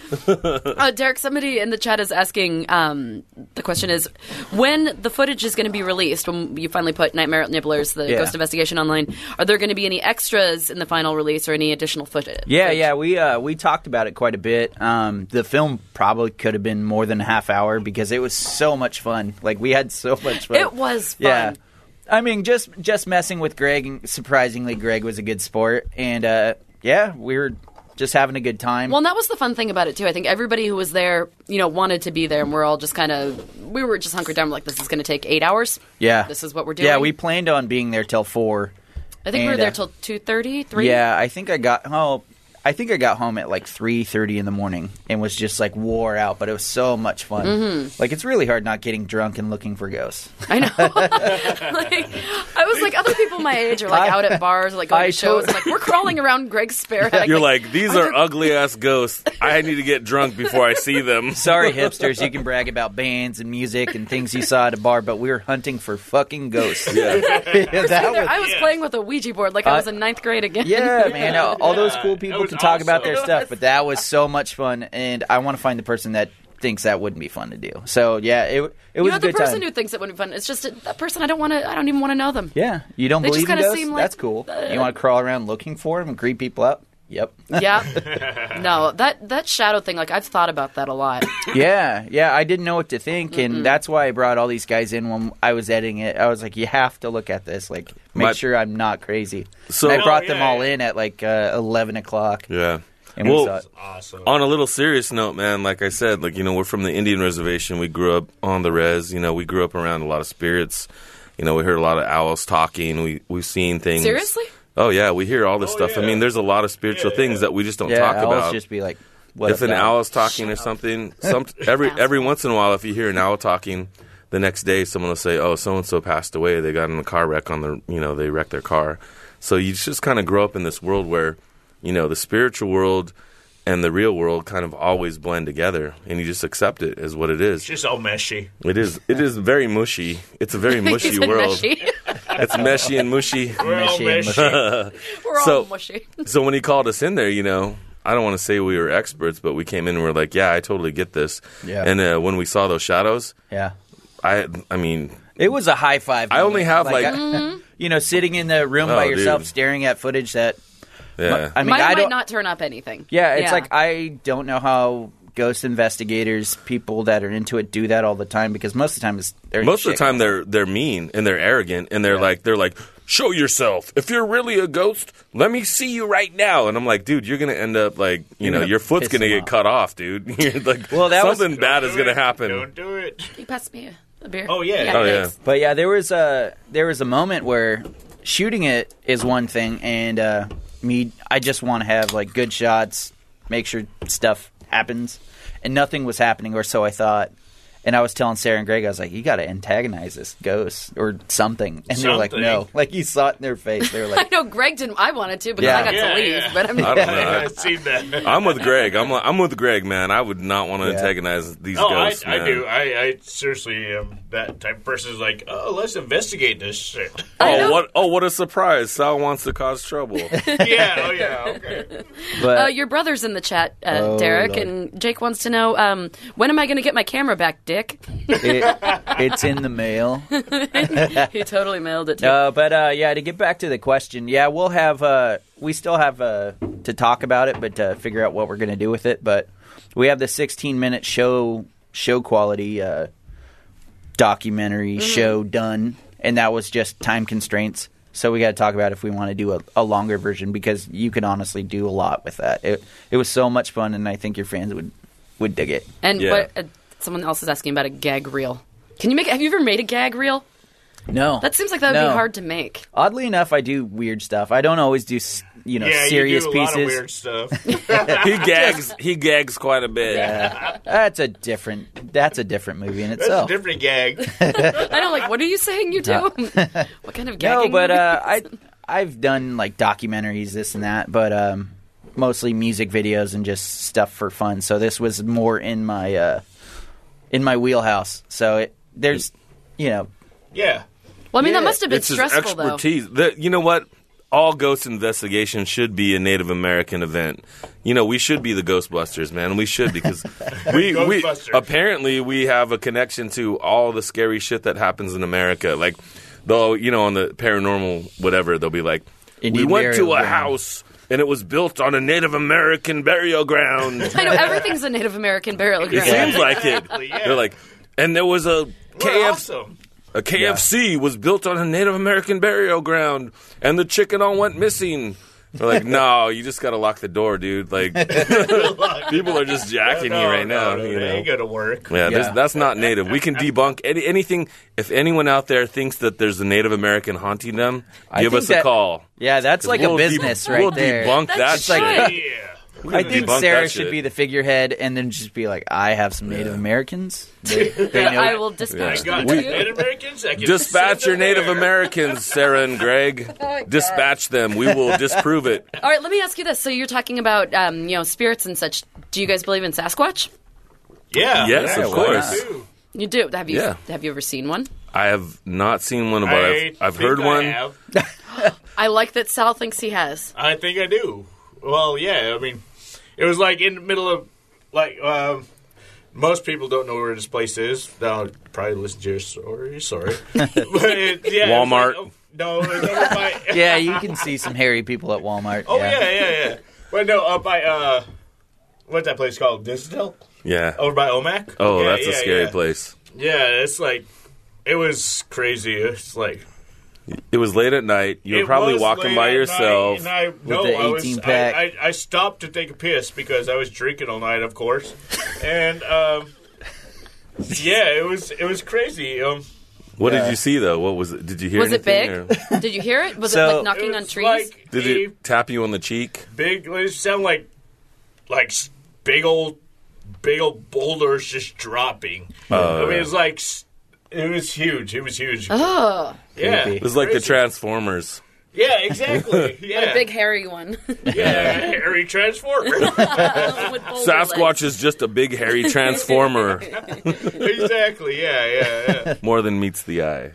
Uh, Derek, somebody in the chat is asking. Um, the question is, when the footage is going to be released? When you finally put Nightmare at Nibbler's, the
Yeah.
ghost investigation online, are there going to be any extras in the final release or any additional footage?
yeah, yeah. We uh, we talked about it quite a bit. Um, the film probably could have been more than a half hour because it was so much fun. Like we had so much fun.
It was fun.
Yeah. I mean, just just messing with Greg. and Surprisingly, Greg was a good sport, and uh, yeah, we were just having a good time.
Well, and that was the fun thing about it too. I think everybody who was there, you know, wanted to be there, and we're all just kind of we were just hunkered down. We're like, this is going to take eight hours.
yeah,
this is what we're
Yeah,
doing.
we planned on being there till four.
I think we were
And,
there
uh,
till two thirty, three.
Yeah, I think I got. Oh, I think I got home at like three thirty in the morning and was just like wore out, but it was so much fun.
Mm-hmm.
Like it's really hard not getting drunk and looking for ghosts.
I know. like, I was like, other people my age are like out at bars, like going
I
to shows.
tot-
like we're crawling around Greg's spare attic.
You're like, these are
there-
ugly ass ghosts. I need to get drunk before I see them.
Sorry, hipsters, you can brag about bands and music and things you saw at a bar, but we were hunting for fucking ghosts.
Yeah.
Yeah, that was-
I was playing with a Ouija board like I was in ninth grade again.
yeah, man. All, all those cool
that
people
was
can talk about
awesome.
their stuff, but that was so much fun, and I want to find the person that thinks that wouldn't be fun to do. So yeah, it it was
You're
a
not the
good
person
time.
who thinks it wouldn't be fun. It's just a, that person I don't want to. I don't even want to know them.
yeah, you don't
They just
believe in
kinda
ghosts?
seem like-
That's cool. you want to crawl around looking for them and creep people out? Yep.
Yeah. no, that that shadow thing. Like I've thought about that a lot.
yeah, yeah. I didn't know what to think, and that's why I brought all these guys in when I was editing it. I was like, you have to look at this, like make
My-
sure I'm not crazy.
So-
And I brought
Oh,
them
yeah,
all
yeah.
in at like uh, eleven o'clock.
Yeah.
And we
Well,
saw it.
Awesome.
on a little serious note, man, like I said, like you know, we're from the Indian reservation. We grew up on the res. You know, we grew up around a lot of spirits. You know, we heard a lot of owls talking. We we've seen things.
Seriously?
Oh yeah, we hear all this stuff. I
yeah.
mean, there's a lot of spiritual
Yeah,
things
yeah.
that we just don't
yeah,
talk
owls
about.
just be like, what
if
up,
an
dog?
owl is talking or something, some every every once in a while, if you hear an owl talking, the next day someone will say, "Oh, so and so passed away. They got in a car wreck on the you know they wrecked their car." So you just kind of grow up in this world where you know the spiritual world and the real world kind of always blend together, and you just accept it as what it
It's
is.
just all meshy.
It is it is very mushy. It's a very mushy
He's in
world.
mushy.
It's meshy and mushy.
We're all
Meshy,
meshy.
We're all
So-
mushy.
So when he called us in there, you know, I don't want to say we were experts, but we came in and we're like, yeah, I totally get this.
Yeah.
And uh, when we saw those shadows,
Yeah.
I, I mean,
It was a high five.
I only
moment.
have, like-
I-
Mm-hmm.
you know, sitting in the room by
Oh,
yourself,
dude.
staring at footage that.
yeah,
I mean,
Mine
I
might
don't.
not turn up anything.
yeah, it's like I don't know how ghost investigators, people that are into it, do that all the time because most of the time it's they're
most of the
shit.
time they're they're mean and they're arrogant and they're like they're like show yourself if you're really a ghost let me see you right now and i'm like dude you're gonna end up like you know
gonna
your foot's
piss
gonna
him
get
off.
cut off dude You're like
Well, that was-
something bad is
Do
gonna
it.
happen
Don't do it.
you passed me a, a beer.
Oh, yeah.
oh yeah
thanks.
But yeah, there was a there was a moment where shooting it is one thing, and uh, me I just want to have like good shots, make sure stuff happens, and nothing was happening, or so I thought. And I was telling Sarah and Greg, I was like, "You got to antagonize this ghost or something," and they were like,
Something.
"No!" Like you saw it in their face. They were
I
like,
know Greg didn't. I wanted to because
Yeah.
I got
Yeah,
to leave.
yeah.
But I mean,
i don't know
I've seen that.
i'm with greg i'm i'm with greg man i would not want to
Yeah.
antagonize these
Oh, I,
ghosts
I
man.
do. I, I seriously am that type of person who's like, oh, let's investigate this shit.
Oh what! Oh what a surprise! Sal wants to cause trouble.
yeah, oh, yeah, okay.
"But
Uh, your brother's in the chat, uh,
Oh,
Derek, and Jake wants to know um, when am I going to get my camera back, Dick?
it, it's in the mail."
he totally mailed it to you.
Uh, but uh, yeah, to get back to the question, yeah, we'll have uh, we still have uh, to talk about it, but to figure out what we're going to do with it. But we have the 16 minute show show quality uh, documentary
Mm-hmm.
show done, and that was just time constraints. So we got to talk about if we want to do a, a longer version because you could honestly do a lot with that. It it was so much fun, and I think your fans would would dig it.
And
Yeah.
what, uh, someone else is asking about a gag reel. Can you make? Have you ever made a gag reel?
No,
That seems like that would
No.
be hard to make.
Oddly enough, I do weird stuff. I don't always do s- you know
yeah,
serious
you do a
pieces.
lot of weird stuff.
he gags. He gags quite a bit.
That's a different. That's a different movie in
That's a
itself.
different gag.
I know, like, what are you saying you do? what kind of gagging?
no, but
do you
uh,
do?
I I've done like documentaries, this and that, but um, mostly music videos and just stuff for fun. So this was more in my uh, in my wheelhouse. So it, there's you know
Yeah.
well, I mean, that
yeah,
must have been
it's his
stressful, though.
expertise. The- you know what? All ghost investigation should be a Native American event. You know, we should be the Ghostbusters, man. We should because we, we
Ghostbusters.
apparently we have a connection to all the scary shit that happens in America. Like, though, you know, on the paranormal whatever, they'll be like,
Indian
we went to
burial
a
ground."
house and it was built on a Native American burial ground.
I know everything's a Native American burial
it
ground.
seems like it.
yeah.
They're like, and there was a
We're
KFC.
awesome.
A KFC was built on a Native American burial ground, and the chicken all went missing. They're like, no, you just gotta lock the door, dude. Like, people are just jacking you right now.
no,
you
that
know.
ain't gonna work.
Yeah, there's
Yeah.
that's not native. We can debunk any, anything. If anyone out there thinks that there's a Native American haunting them, give
think
us a
that-
call.
yeah, that's like
We'll
a
de-
business right
we'll
there.
debunk that
That's
shit.
right.
Yeah.
I
can
think
debunk
Sarah
that
should
shit.
be the figurehead, and then just be like, "I have some Native Americans. They, they know
I will
I
dispatch
got
them to you.
Native Americans. I can
Dispatch
send
your
them
Native
there.
Americans, Sarah and Greg. Dispatch them. We will disprove it.
All right, let me ask you this. So you're talking about, um, you know, spirits and such. Do you guys believe in Sasquatch?
Yeah.
Yes,
yeah,
of
why
course.
not? Too.
You do. Have you
Yeah.
have you ever seen one?
I have not seen one, but
I
I've, I've
think
heard
I
one.
have.
I like that Sal thinks he has.
I think I do. Well, yeah. I mean, it was like in the middle of like um, most people don't know where this place is. They'll probably listen to your story. Sorry, but it, yeah, it was
Walmart.
Like, oh, no, it's over by.
yeah, you can see some hairy people at Walmart.
Oh yeah, yeah, yeah. But no, up by uh, what's that place called? Disneyville
Yeah.
over by Omac.
Oh,
Yeah,
that's a
yeah,
scary
yeah.
place.
Yeah, it's like it was crazy. It's like
It was late at night. You
It
were probably
was
walking
late
by
at
yourself.
night, and I, no,
the
I was-
18-pack.
I, I, I stopped to take a piss because I was drinking all night, of course, and um, yeah, it was it was crazy. Um,
What did you see though? What was it? Did you hear?
Was it big?
anything, or-
Did you hear it? Was
So-
it like
it
knocking on
was
trees?
Like
Did
a
it tap you on the cheek?
big? It sound like like s- big old big old boulders just dropping.
Oh,
I mean, it was like s- it was huge. It was huge.
oh,
yeah,
creepy.
It was like the
crazy.
Transformers.
Yeah, exactly. Yeah,
a big hairy one.
yeah, hairy transformer.
With boulder
Sasquatch
legs.
is just a big hairy transformer,
exactly. Yeah, yeah, yeah.
more than meets the eye.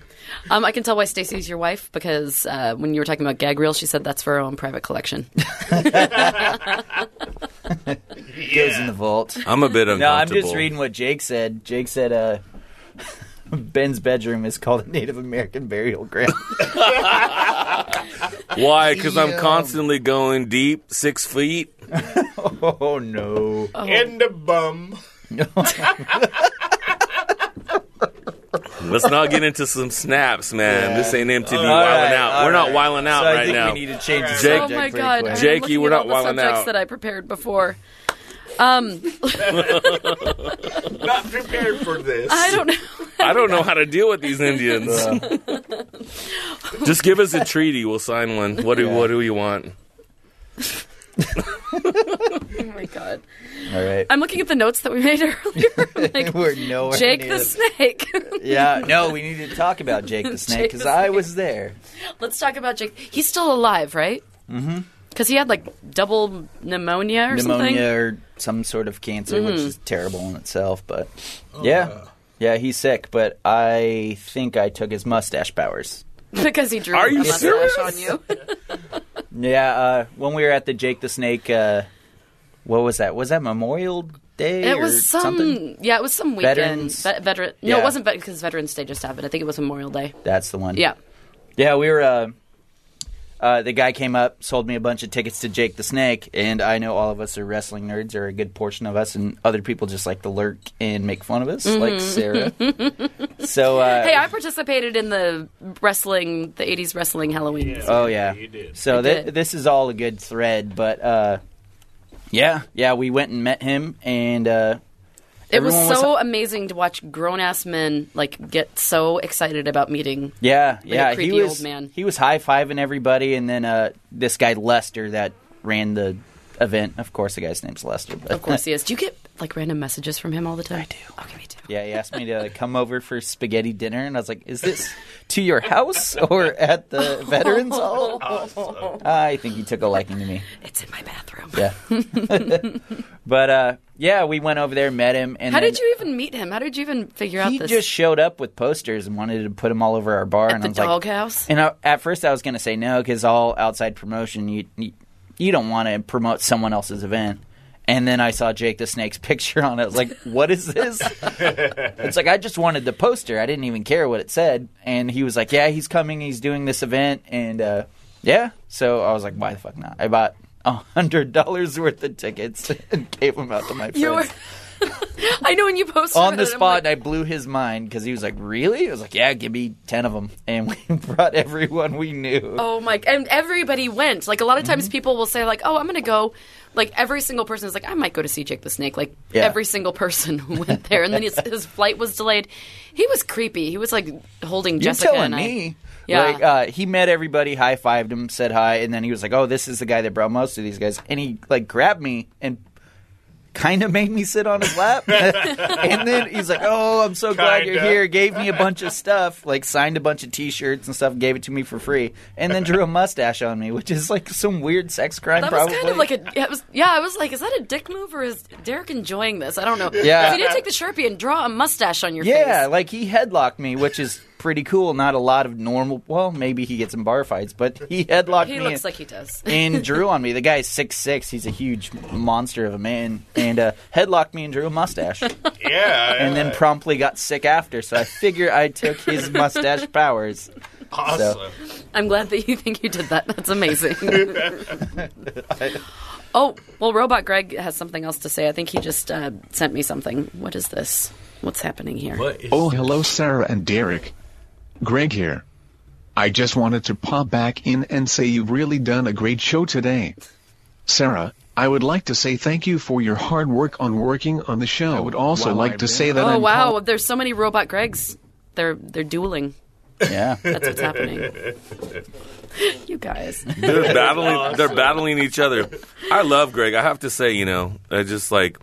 Um, I can tell why Stacy's your wife because uh, when you were talking about gag reels, she said that's for her own private collection.
goes in the vault.
I'm a bit
No,
uncomfortable.
I'm just reading what Jake said. Jake said, uh, "Ben's bedroom is called a Native American burial ground."
Why? Because
um,
I'm constantly going deep, six feet.
oh no!
And a bum.
Let's not get into some snaps, man. This ain't MTV
All
wiling
right,
out.
all
We're not
right.
wiling out
so I
right
think
now.
We need to change the
Jake-
oh
subject
my
pretty
god,
quick.
I'm
Jakey,
looking
we're
at
not
all the
wilding
subjects
out.
that I prepared before. Um,
Not prepared for this.
I don't know.
I don't know how to deal with these Indians. Just give us a treaty. We'll sign one. What do What do you want?
Oh my god,
All right.
I'm looking at the notes that we made earlier. Like,
We're nowhere
Jake the
near this.
snake.
Yeah, no, we need to talk about Jake the Snake
Jake
because
the
I
Snake.
was there.
Let's talk about Jake. He's still alive, right? Mm-hmm. Because he had like double pneumonia or something. Mm.
Pneumonia or some sort of cancer, which is terrible in itself. But yeah, yeah, he's sick. But I think I took his mustache powers.
Because he drew
Are
a
you
mustache
serious?
on you.
Yeah, uh, when we were at the Jake the Snake, uh, what was that? Was that Memorial Day?
It
or
was some,
something?
yeah, it was some weekend.
Veterans?
Ve- veteran, no,
Yeah.
it wasn't because Veterans Day just happened. I think it was Memorial Day.
That's the one.
Yeah.
yeah, we were. Uh, uh, the guy came up, sold me a bunch of tickets to Jake the Snake, and I know all of us are wrestling nerds, or a good portion of us, and other people just like to lurk and make fun of us, like Sarah. so, uh,
Mm-hmm. Hey, I participated in the wrestling, the '80s wrestling Halloween.
Oh yeah,
you did.
So
I
thi-
did.
this is all a good thread, but uh, yeah, yeah, we went and met him, and uh,
it was
everyone was-
so amazing to watch grown ass men like get so excited about meeting.
yeah, yeah,
creepy
he was
old man.
he was high fiving everybody, and then uh, this guy Lester that ran the event. Of course, the guy's name's Lester. But
Of course, he is. Do you get like random messages from him all the time? I do. Okay, me too.
Yeah, he asked me to come over for spaghetti dinner, and I was like, "Is this to your house or at the veterans hall?" Uh, I think he took a liking to me.
It's in my bathroom.
Yeah, but uh, yeah, we went over there, met him, and
How
then-
did you even meet him? How did you even figure out
he
this?
just showed up with posters and wanted to put them all over our bar
at
and
the
I was like
doghouse.
and I, at first I was going to say no cuz all outside promotion you you, you don't want to promote someone else's event and then I saw Jake the Snake's picture on it. I was like, "What is this?" it's like I just wanted the poster. I didn't even care what it said. And he was like, "Yeah, he's coming. He's doing this event." And uh, yeah, so I was like, "Why the fuck not?" I bought hundred dollars worth of tickets and gave them out to my friends.
You were- I know when you posted
on
it,
the
I'm
spot, and
like,
I blew his mind because he was like, "Really?" I was like, "Yeah, give me ten of them," and we brought everyone we knew.
oh my! And everybody went. Like a lot of
Mm-hmm.
times, people will say like, "Oh, I'm going to go." Like every single person is like, "I might go to see Jake the Snake." Like
Yeah.
every single person who went there, and then his, his flight was delayed. He was creepy. He was like holding
You're
Jessica.
telling
and I-
me.
Yeah.
Like uh, he met everybody, high fived him, said hi, and then he was like, "Oh, this is the guy that brought most of these guys," and he like grabbed me and kind of made me sit on his lap, and then he's like, "Oh, I'm so glad you're
Kinda.
here." Gave me a bunch of stuff, like signed a bunch of T-shirts and stuff, gave it to me for free, and then drew a mustache on me, which is like some weird sex crime.
That
probably.
was kind of like a it was, yeah. I was like, is that a dick move or is Derek enjoying this? I don't know.
Yeah.
'Cause he didn't take the sharpie and draw a mustache on your
Yeah,
face.
like he headlocked me, which is pretty cool. Not a lot of normal. Well, maybe he gets in bar fights, but he headlocked
He
me.
looks like he does.
and drew on me. The guy's six six. He's a huge monster of a man, and uh, headlocked me and drew a mustache, and
Yeah.
then promptly got sick after. So I figure I took his mustache powers.
awesome.
I'm glad that you think you did that. That's amazing. oh, well, Robot Greg has something else to say. I think he just uh, sent me something. What is this? What's happening here?
What is
Oh, hello, Sarah and Derek. Greg here. I just wanted to pop back in and say you've really done a great show today. Sarah, I would like to say thank you for your hard work on working on the show. I would also like to say that
Oh
I'm
wow, there's so many Robot Gregs. They're they're dueling.
Yeah,
That's what's happening. you guys.
They're battling. They're battling each other. I love Greg. I have to say, you know, I just like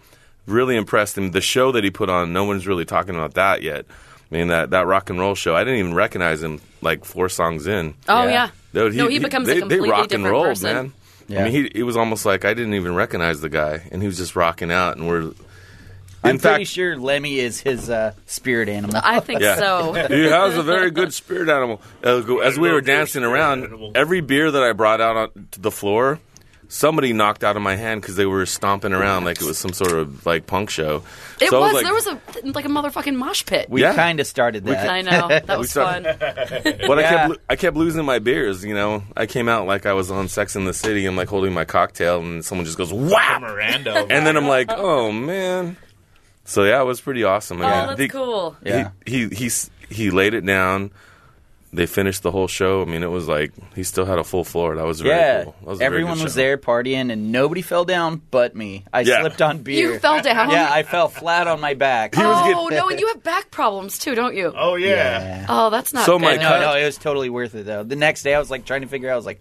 really impressed him. The show that he put on, no one's really talking about that yet. I mean, that that rock and roll show. I didn't even recognize him like four songs in.
Oh yeah.
Yeah.
Dude,
no, he becomes
they,
a completely
they rock
different
and roll,
person.
man.
Yeah.
I mean, he it was almost like I didn't even recognize the guy, and he was just rocking out, and we're. In
I'm pretty
fact,
sure Lemmy is his uh, spirit animal.
I think
Yeah.
so.
he has a very good spirit animal. Uh, go- As we were dancing around, every beer that I brought out on to the floor, somebody knocked out of my hand because they were stomping around like it was some sort of like punk show.
It
So I
was,
like-
there was a like a motherfucking mosh pit.
we
Yeah.
kind of started that.
I know that was
saw-
fun.
but I
Yeah.
kept lo- I kept losing my beers. You know, I came out like I was on Sex in the City. I'm like holding my cocktail, and someone just goes whap,
Miranda?
and then I'm like, oh man. So yeah, it was pretty awesome. I mean,
Oh,
I
that's
think
cool.
Yeah.
He he he's, he laid it down. They finished the whole show. I mean, it was like he still had a full floor. That was very
Yeah,
cool. That was a very
everyone
good
was
show.
there partying, and nobody fell down but me. I
Yeah.
slipped on beer.
You fell down.
Yeah, I fell flat on my back.
oh no, and you have back problems too, don't you?
oh yeah.
Yeah.
Oh, that's not
So
good.
my
No, no, it was totally worth it though. The next day, I was like trying to figure out. I was like,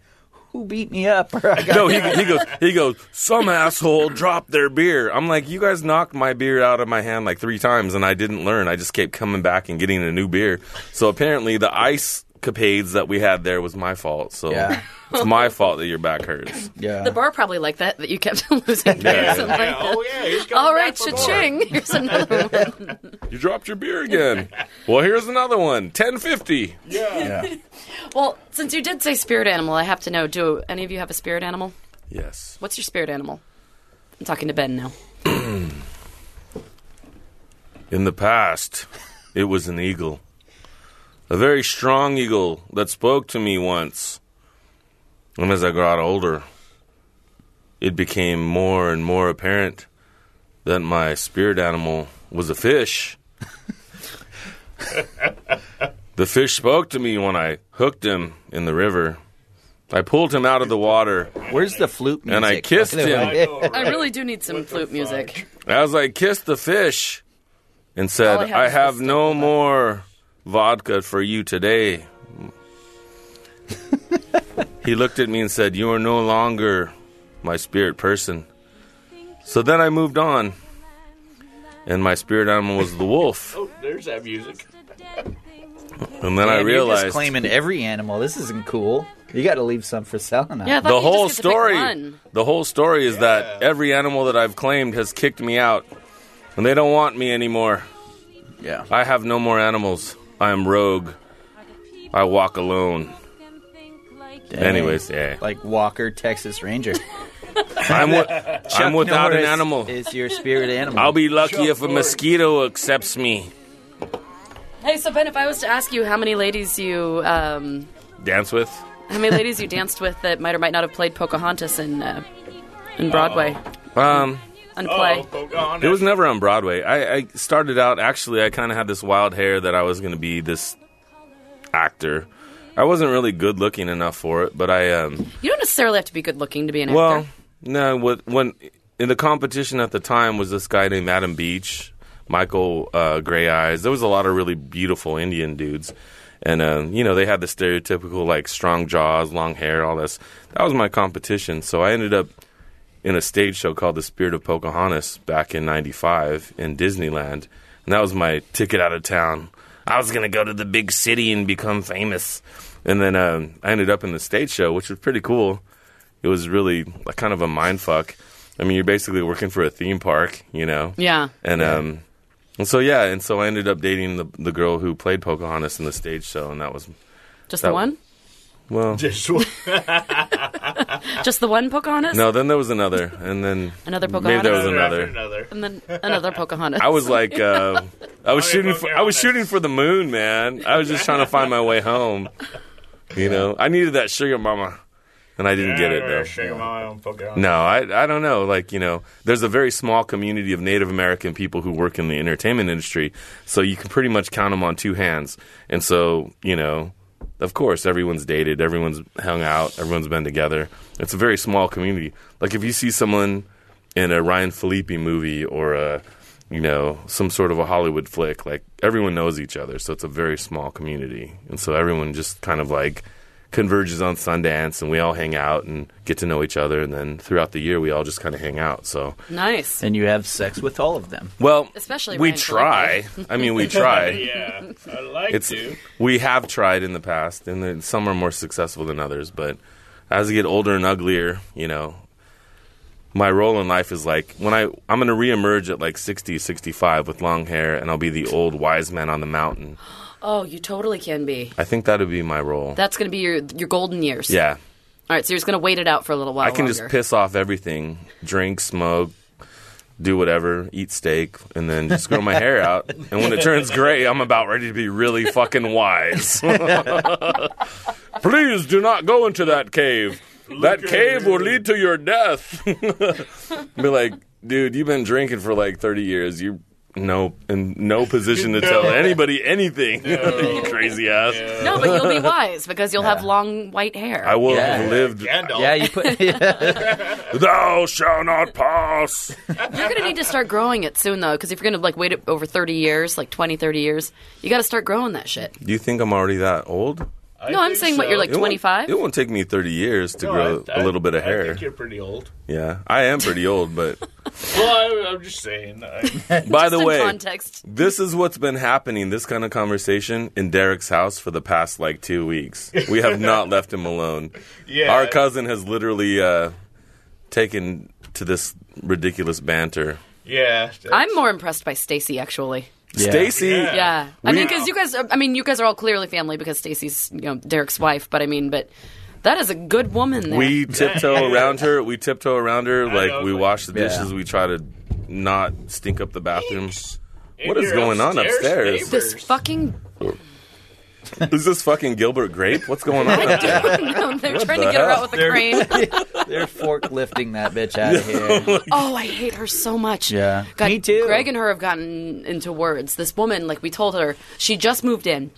"Who beat me up?" Or I got
No, he, he goes. He goes. Some asshole dropped their beer. I'm like, you guys knocked my beer out of my hand like three times, and I didn't learn. I just kept coming back and getting a new beer. So apparently, the ice capades that we had there was my fault. So
Yeah.
it's my fault that your back hurts.
yeah.
The bar probably like that that you kept losing.
Yeah.
beers. I'm
Yeah,
like,
Oh yeah. He's coming
All
back
right,
for more.
cha-ching. Here's another one.
You dropped your beer again. Well, here's another one. Ten fifty.
Well, since you did say spirit animal, I have to know: Do any of you have a spirit animal?
Yes.
What's your spirit animal? I'm talking to Ben now.
In the past, it was an eagle. A very strong eagle that spoke to me once. And as I got older, it became more and more apparent that my spirit animal was a fish. the fish spoke to me when I hooked him in the river. I pulled him out of the water.
Where's the flute music?
And I kissed him.
I really do need some flute music.
As I kissed the fish and said,
All I have
I
is
have
this
no more vodka for you today, he looked at me and said, You are no longer my spirit person. So then I moved on, and my spirit animal was the wolf.
Oh, there's that music.
And then I
You're just
realized
claiming every animal. This isn't cool. You got to leave some for Selena.
Yeah, I thought
the
you just
whole
get to pick
story
one.
the whole story is that every animal that I've claimed has kicked me out, and they don't want me anymore.
yeah.
I have no more animals. I am rogue. I walk alone. Anyways, yeah.
Like Walker, Texas Ranger.
I'm, wi- I'm without an
Norris
animal.
Is your spirit animal?
I'll be lucky if a mosquito accepts me.
Hey, so Ben, if I was to ask you how many ladies you um,
Dance with?
how many ladies you danced with that might or might not have played Pocahontas in uh, in Broadway,
Um,
and play.
Oh, oh, go on.
It was never on Broadway. I, I started out actually. I kind of had this wild hair that I was going to be this actor. I wasn't really good looking enough for it, but I um,
You don't necessarily have to be good looking to be an
well,
actor.
no. What when in the competition at the time was this guy named Adam Beach, Michael uh, Gray Eyes. There was a lot of really beautiful Indian dudes, and um, you know they had the stereotypical like strong jaws, long hair, all this. That was my competition. So I ended up in a stage show called The Spirit of Pocahontas back in '95 in Disneyland, and that was my ticket out of town. I was gonna go to the big city and become famous, and then um, I ended up in the stage show, which was pretty cool it was really like, kind of a mind fuck. I mean, you're basically working for a theme park, you know?
Yeah.
And um, and so yeah, and so I ended up dating the the girl who played Pocahontas in the stage show, and that was
Just
that-
the one?
well,
Just one.
Just the one Pocahontas?
no. Then there was another, and then
Another
Maybe there was
Pocahontas?
Another.
another.
another.
And then another Pocahontas.
I was like, uh, I was
Okay,
shooting, for, I was
Pocahontas.
shooting for the moon, man. I was just trying to find my way home. You know, I needed that sugar mama, and I didn't get it though.
Sugar Mama and Pocahontas.
No, I I don't know. Like you know, there's a very small community of Native American people who work in the entertainment industry, so you can pretty much count them on two hands. And so you know, of course, everyone's dated, everyone's hung out, everyone's been together. It's a very small community. Like if you see someone in a Ryan Phillippe movie or a you know some sort of a Hollywood flick, like everyone knows each other, so it's a very small community, and so everyone just kind of like converges on Sundance, and we all hang out and get to know each other. And then throughout the year, we all just kind of hang out. So,
nice.
And you have sex with all of them.
well,
Especially
we
Ryan
try. I mean, we try.
Yeah, I like
It's
to.
we have tried in the past, and then some are more successful than others. But as I get older and uglier, you know, my role in life is like when I I'm going to reemerge at like 60, 65 with long hair, and I'll be the old wise man on the mountain.
Oh, you totally can be.
I think that would be my role.
That's going to be your your golden years.
yeah.
All right, so you're just going to wait it out for a little while
I can just
longer.
piss off everything, drink, smoke, do whatever, eat steak, and then just grow my hair out. And when it turns gray, I'm about ready to be really fucking wise. Please do not go into that cave. That cave will lead to your death. be like, dude, you've been drinking for like 30 years. You no in no position to tell anybody anything. you crazy ass.
No, but you'll be wise because you'll have long white hair.
I will
Yeah.
have lived.
Gandalf.
Yeah, you put. Yeah.
Thou shall not pass.
You're going to need to start growing it soon though because if you're going to like wait it over 30 years, like 20, 30 years, you got to start growing that shit.
Do you think I'm already that old?
I
No, I'm
think
saying what you're like
It won't-
25.
It won't take me 30 years to
No,
grow
I-
a
I-
little bit of
I
hair.
think you're pretty old.
yeah, I am pretty old, but
Well, I, I'm just saying. I,
by the
Just in
way,
context.
this is what's been happening. This kind of conversation in Derek's house for the past like two weeks. We have not left him alone.
yeah,
Our cousin has literally uh, taken to this ridiculous banter.
yeah.
I'm more impressed by Stacy actually.
Stacy,
Yeah.
Yeah, I
We-
mean, because you guys, are- I mean, you guys are all clearly family because Stacy's, you know, Derek's wife. But I mean, but that is a good woman. There.
we tiptoe around her. We tiptoe around her.
know,
Like we
like-
wash the
Yeah.
dishes. We try to not stink up the bathroom.
And
What is
you're
going on upstairs?
neighbors.
this fucking.
Is this fucking Gilbert Grape? What's going on?
I don't know. They're trying to
the
get her
hell?
out with a crane.
They're forklifting that bitch out of here.
Oh, I hate her so much.
Yeah.
God,
Me too.
Greg and her have gotten into words. This woman, like we told her, she just moved in.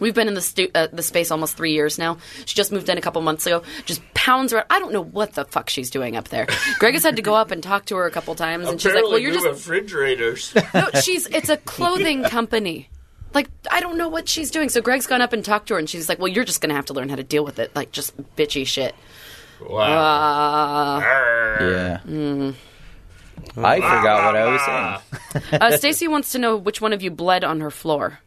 We've been in the stu- uh, the space almost three years now. She just moved in a couple months ago. Just pounds her. I don't know what the fuck she's doing up there. Greg has had to go up and talk to her a couple times, and she's like,
Apparently,
"Well, you're
new
just
refrigerators.
No, she's it's a clothing company. Like I don't know what she's doing. So Greg's gone up and talked to her, and she's like, "Well, you're just gonna have to learn how to deal with it, like just bitchy shit."
wow.
Yeah. I forgot what I was saying.
Uh, Stacy wants to know which one of you bled on her floor.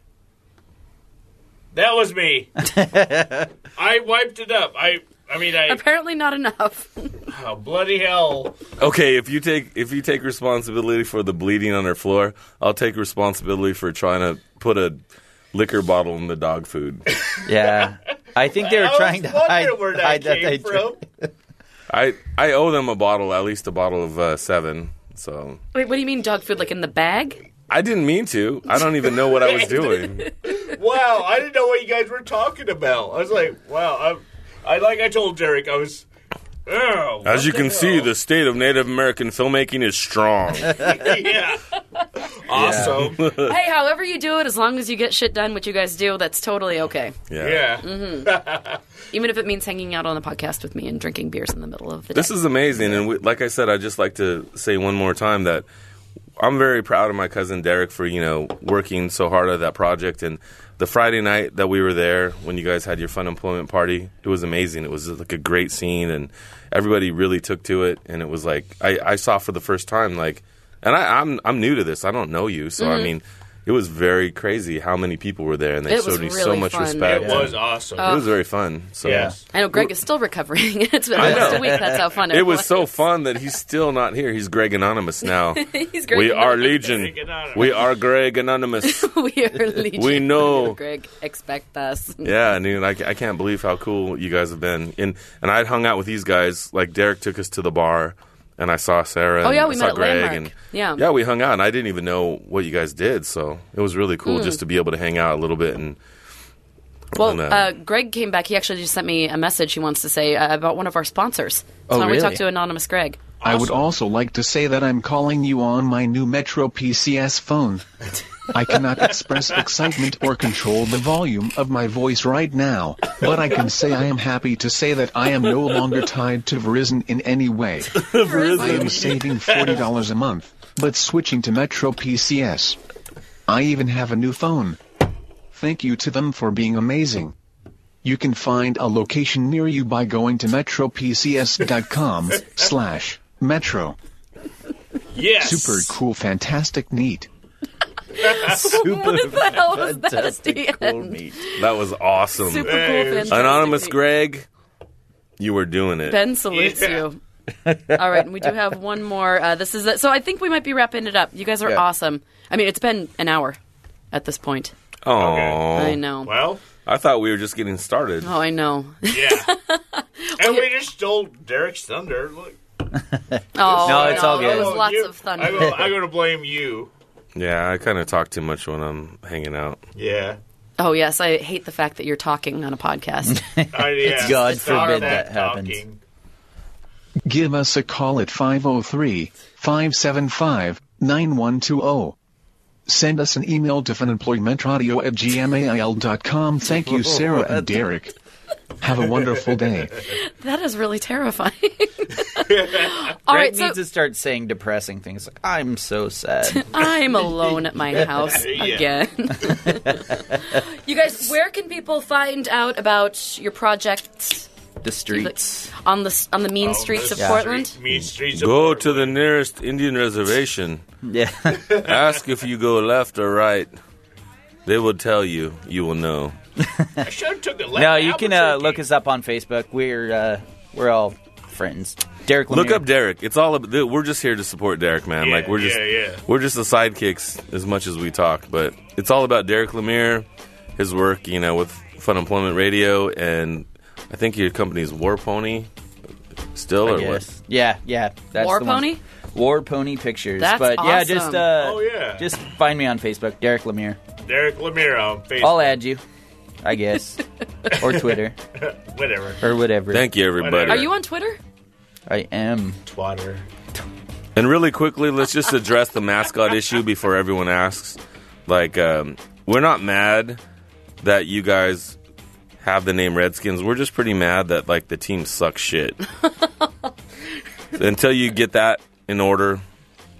that was me. I wiped it up. I. I mean, I.
Apparently, not enough.
Oh, bloody hell.
Okay, if you take if you take responsibility for the bleeding on her floor, I'll take responsibility for trying to put a liquor bottle in the dog food.
Yeah. I think they were
I
trying to
was wondering
hide,
where that
hide
came
that they
from.
drank.
I I owe them a bottle, at least a bottle of uh, seven. So
Wait, what do you mean dog food? Like in the bag?
I didn't mean to. I don't even know what I was doing.
wow, I didn't know what you guys were talking about. I was like, wow, I'm, I like I told Derek, I was Oh,
As you can see, the state of Native American filmmaking is strong.
yeah. Awesome.
hey, however you do it, as long as you get shit done, what you guys do, that's totally okay.
Yeah.
Even if it means hanging out on a podcast with me and drinking beers in the middle of the
This
day.
is amazing, and we, like I said, I just like to say one more time that I'm very proud of my cousin Derek for you know working so hard at that project. And the Friday night that we were there when you guys had your fun employment party, it was amazing. It was like a great scene, and everybody really took to it. And it was like I, I saw for the first time, like, and I, I'm I'm new to this. I don't know you, so I mean, it was very crazy how many people were there, and they
Mm-hmm. It
showed
was
me so
really
much
fun.
respect.
It was awesome.
Oh.
It was very fun. So.
Yes.
I know Greg is still recovering. it's been
I
almost
know.
a week. That's how fun it,
It was so fun that he's still not here. He's Greg Anonymous now.
He's Greg
we are
Anonymous.
Legion.
Greg Anonymous.
We are Greg Anonymous.
we are legion.
We know.
Greg, expect us.
yeah, dude, I, ca- I can't believe how cool you guys have been. And and I'd hung out with these guys. Like Derek took us to the bar, and I saw Sarah.
Oh, yeah,
and
we
I
met
saw
at
Greg,
Landmark.
and
Yeah.
yeah, we hung out, and I didn't even know what you guys did. So it was really
Hmm.
cool just to be able to hang out a little bit. And
Well,
And, uh,
uh, Greg came back. He actually just sent me a message. He wants to say uh, about one of our sponsors. So
Oh,
why don't we
really?
talk to anonymous Greg?
I would also like to say that I'm calling you on my new Metro PCS phone. I cannot express excitement or control the volume of my voice right now, but I can say I am happy to say that I am no longer tied to Verizon in any way. I am saving $40 a month, but switching to Metro PCS. I even have a new phone. Thank you to them for being amazing. You can find a location near you by going to metropcs.com slash metro.
Yes.
Super cool, fantastic, neat.
What the hell was that at the
Cool
end?
meat.
that was awesome.
Super cool, fantastic.
Anonymous
meat.
Greg, you were doing it.
Ben salutes
Yeah.
you. All right, and we do have one more. Uh, this is it. so. I think we might be wrapping it up. You guys are
Yeah.
awesome. I mean, it's been an hour at this point.
Oh,
I know.
Well,
I thought we were just getting started.
Oh, I know.
yeah. and we just stole Derek's thunder. Look.
Oh,
No, it's all
There
good.
was lots
You-
of thunder.
I go, I'm going to blame you.
Yeah, I kind of talk too much when I'm hanging out.
Yeah.
Oh yes, I hate the fact that you're talking on a podcast.
I, yeah.
God
Stop
forbid that happens.
talking.
Give us a call at 503 575 9120. oh. Send us an email to funemploymentradio at gmail.com. Thank you, Sarah and Derek. Have a wonderful day.
that is really terrifying. All
Greg
right, so
needs to start saying depressing things like "I'm so sad."
I'm alone at my house
Yeah.
again. you guys, where can people find out about your project
the streets.
on the on the mean
Oh,
streets of
Yeah.
Portland?
Mean streets of
Go
Portland.
to the nearest Indian reservation.
Yeah.
Ask if you go left or right. They will tell you. You will know.
I should have took the left.
no, you can uh,
Albuquerque.
look us up on Facebook. We're uh, we're all friends. Derek, Lemire.
Look up Derek. It's all. ab- We're just here to support Derek, man.
Yeah,
like we're just
yeah, yeah.
we're just the sidekicks as much as we talk, but it's all about Derek Lemire, his work, you know, with Fun Employment Radio, and I think your company's War Pony, still or what?
Yes. Yeah, yeah. That's
War
the one.
Pony?
War Pony Pictures.
That's
but yeah,
awesome.
just uh,
Oh, yeah.
just find me on Facebook, Derek Lemire.
Derek Lemire on Facebook.
I'll add you, I guess, or Twitter
Whatever.
or whatever.
Thank you, everybody.
Are you on Twitter?
I am.
Twatter.
And really quickly, let's just address the mascot issue before everyone asks. Like, um, we're not mad that you guys have the name Redskins. We're just pretty mad that like the team sucks shit. Until you get that in order,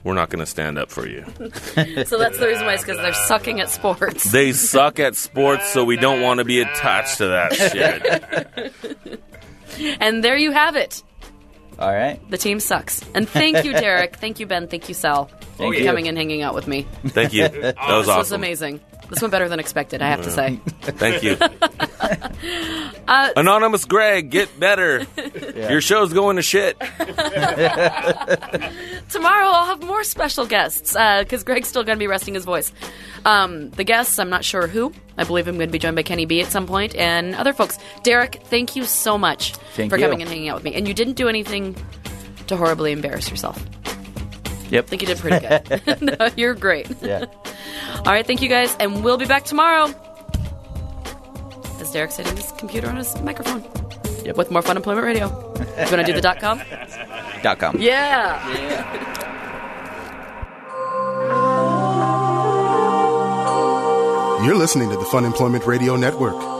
we're not going to stand up for you.
So that's the reason why it's because they're sucking at sports.
They suck at sports, so we don't want to be attached to that shit.
And there you have it.
All right.
The team sucks. And thank you, Derek. thank you, Ben. Thank you, Sal, for
you.
coming and hanging out with me.
Thank you. That was
This was
awesome.
amazing. This went better than expected, I have to say.
Thank you.
Uh,
Anonymous Greg, get better. Your show's going to shit.
Tomorrow I'll have more special guests because Greg's still going to be resting his voice. Um, the guests, I'm not sure who. I believe I'm going to be joined by Kenny B at some point and other folks. Derek, thank you so much
Thank
for
you.
coming and hanging out with me. And you didn't do anything to horribly embarrass yourself.
Yep.
I think you did pretty good. No, you're great.
Yeah.
All right, thank you guys, and we'll be back tomorrow. As Derek's hitting his computer on his microphone.
Yep.
with more Fun Employment Radio. you want to do the dot com?
Dot com.
Yeah.
You're listening to the Fun Employment Radio Network.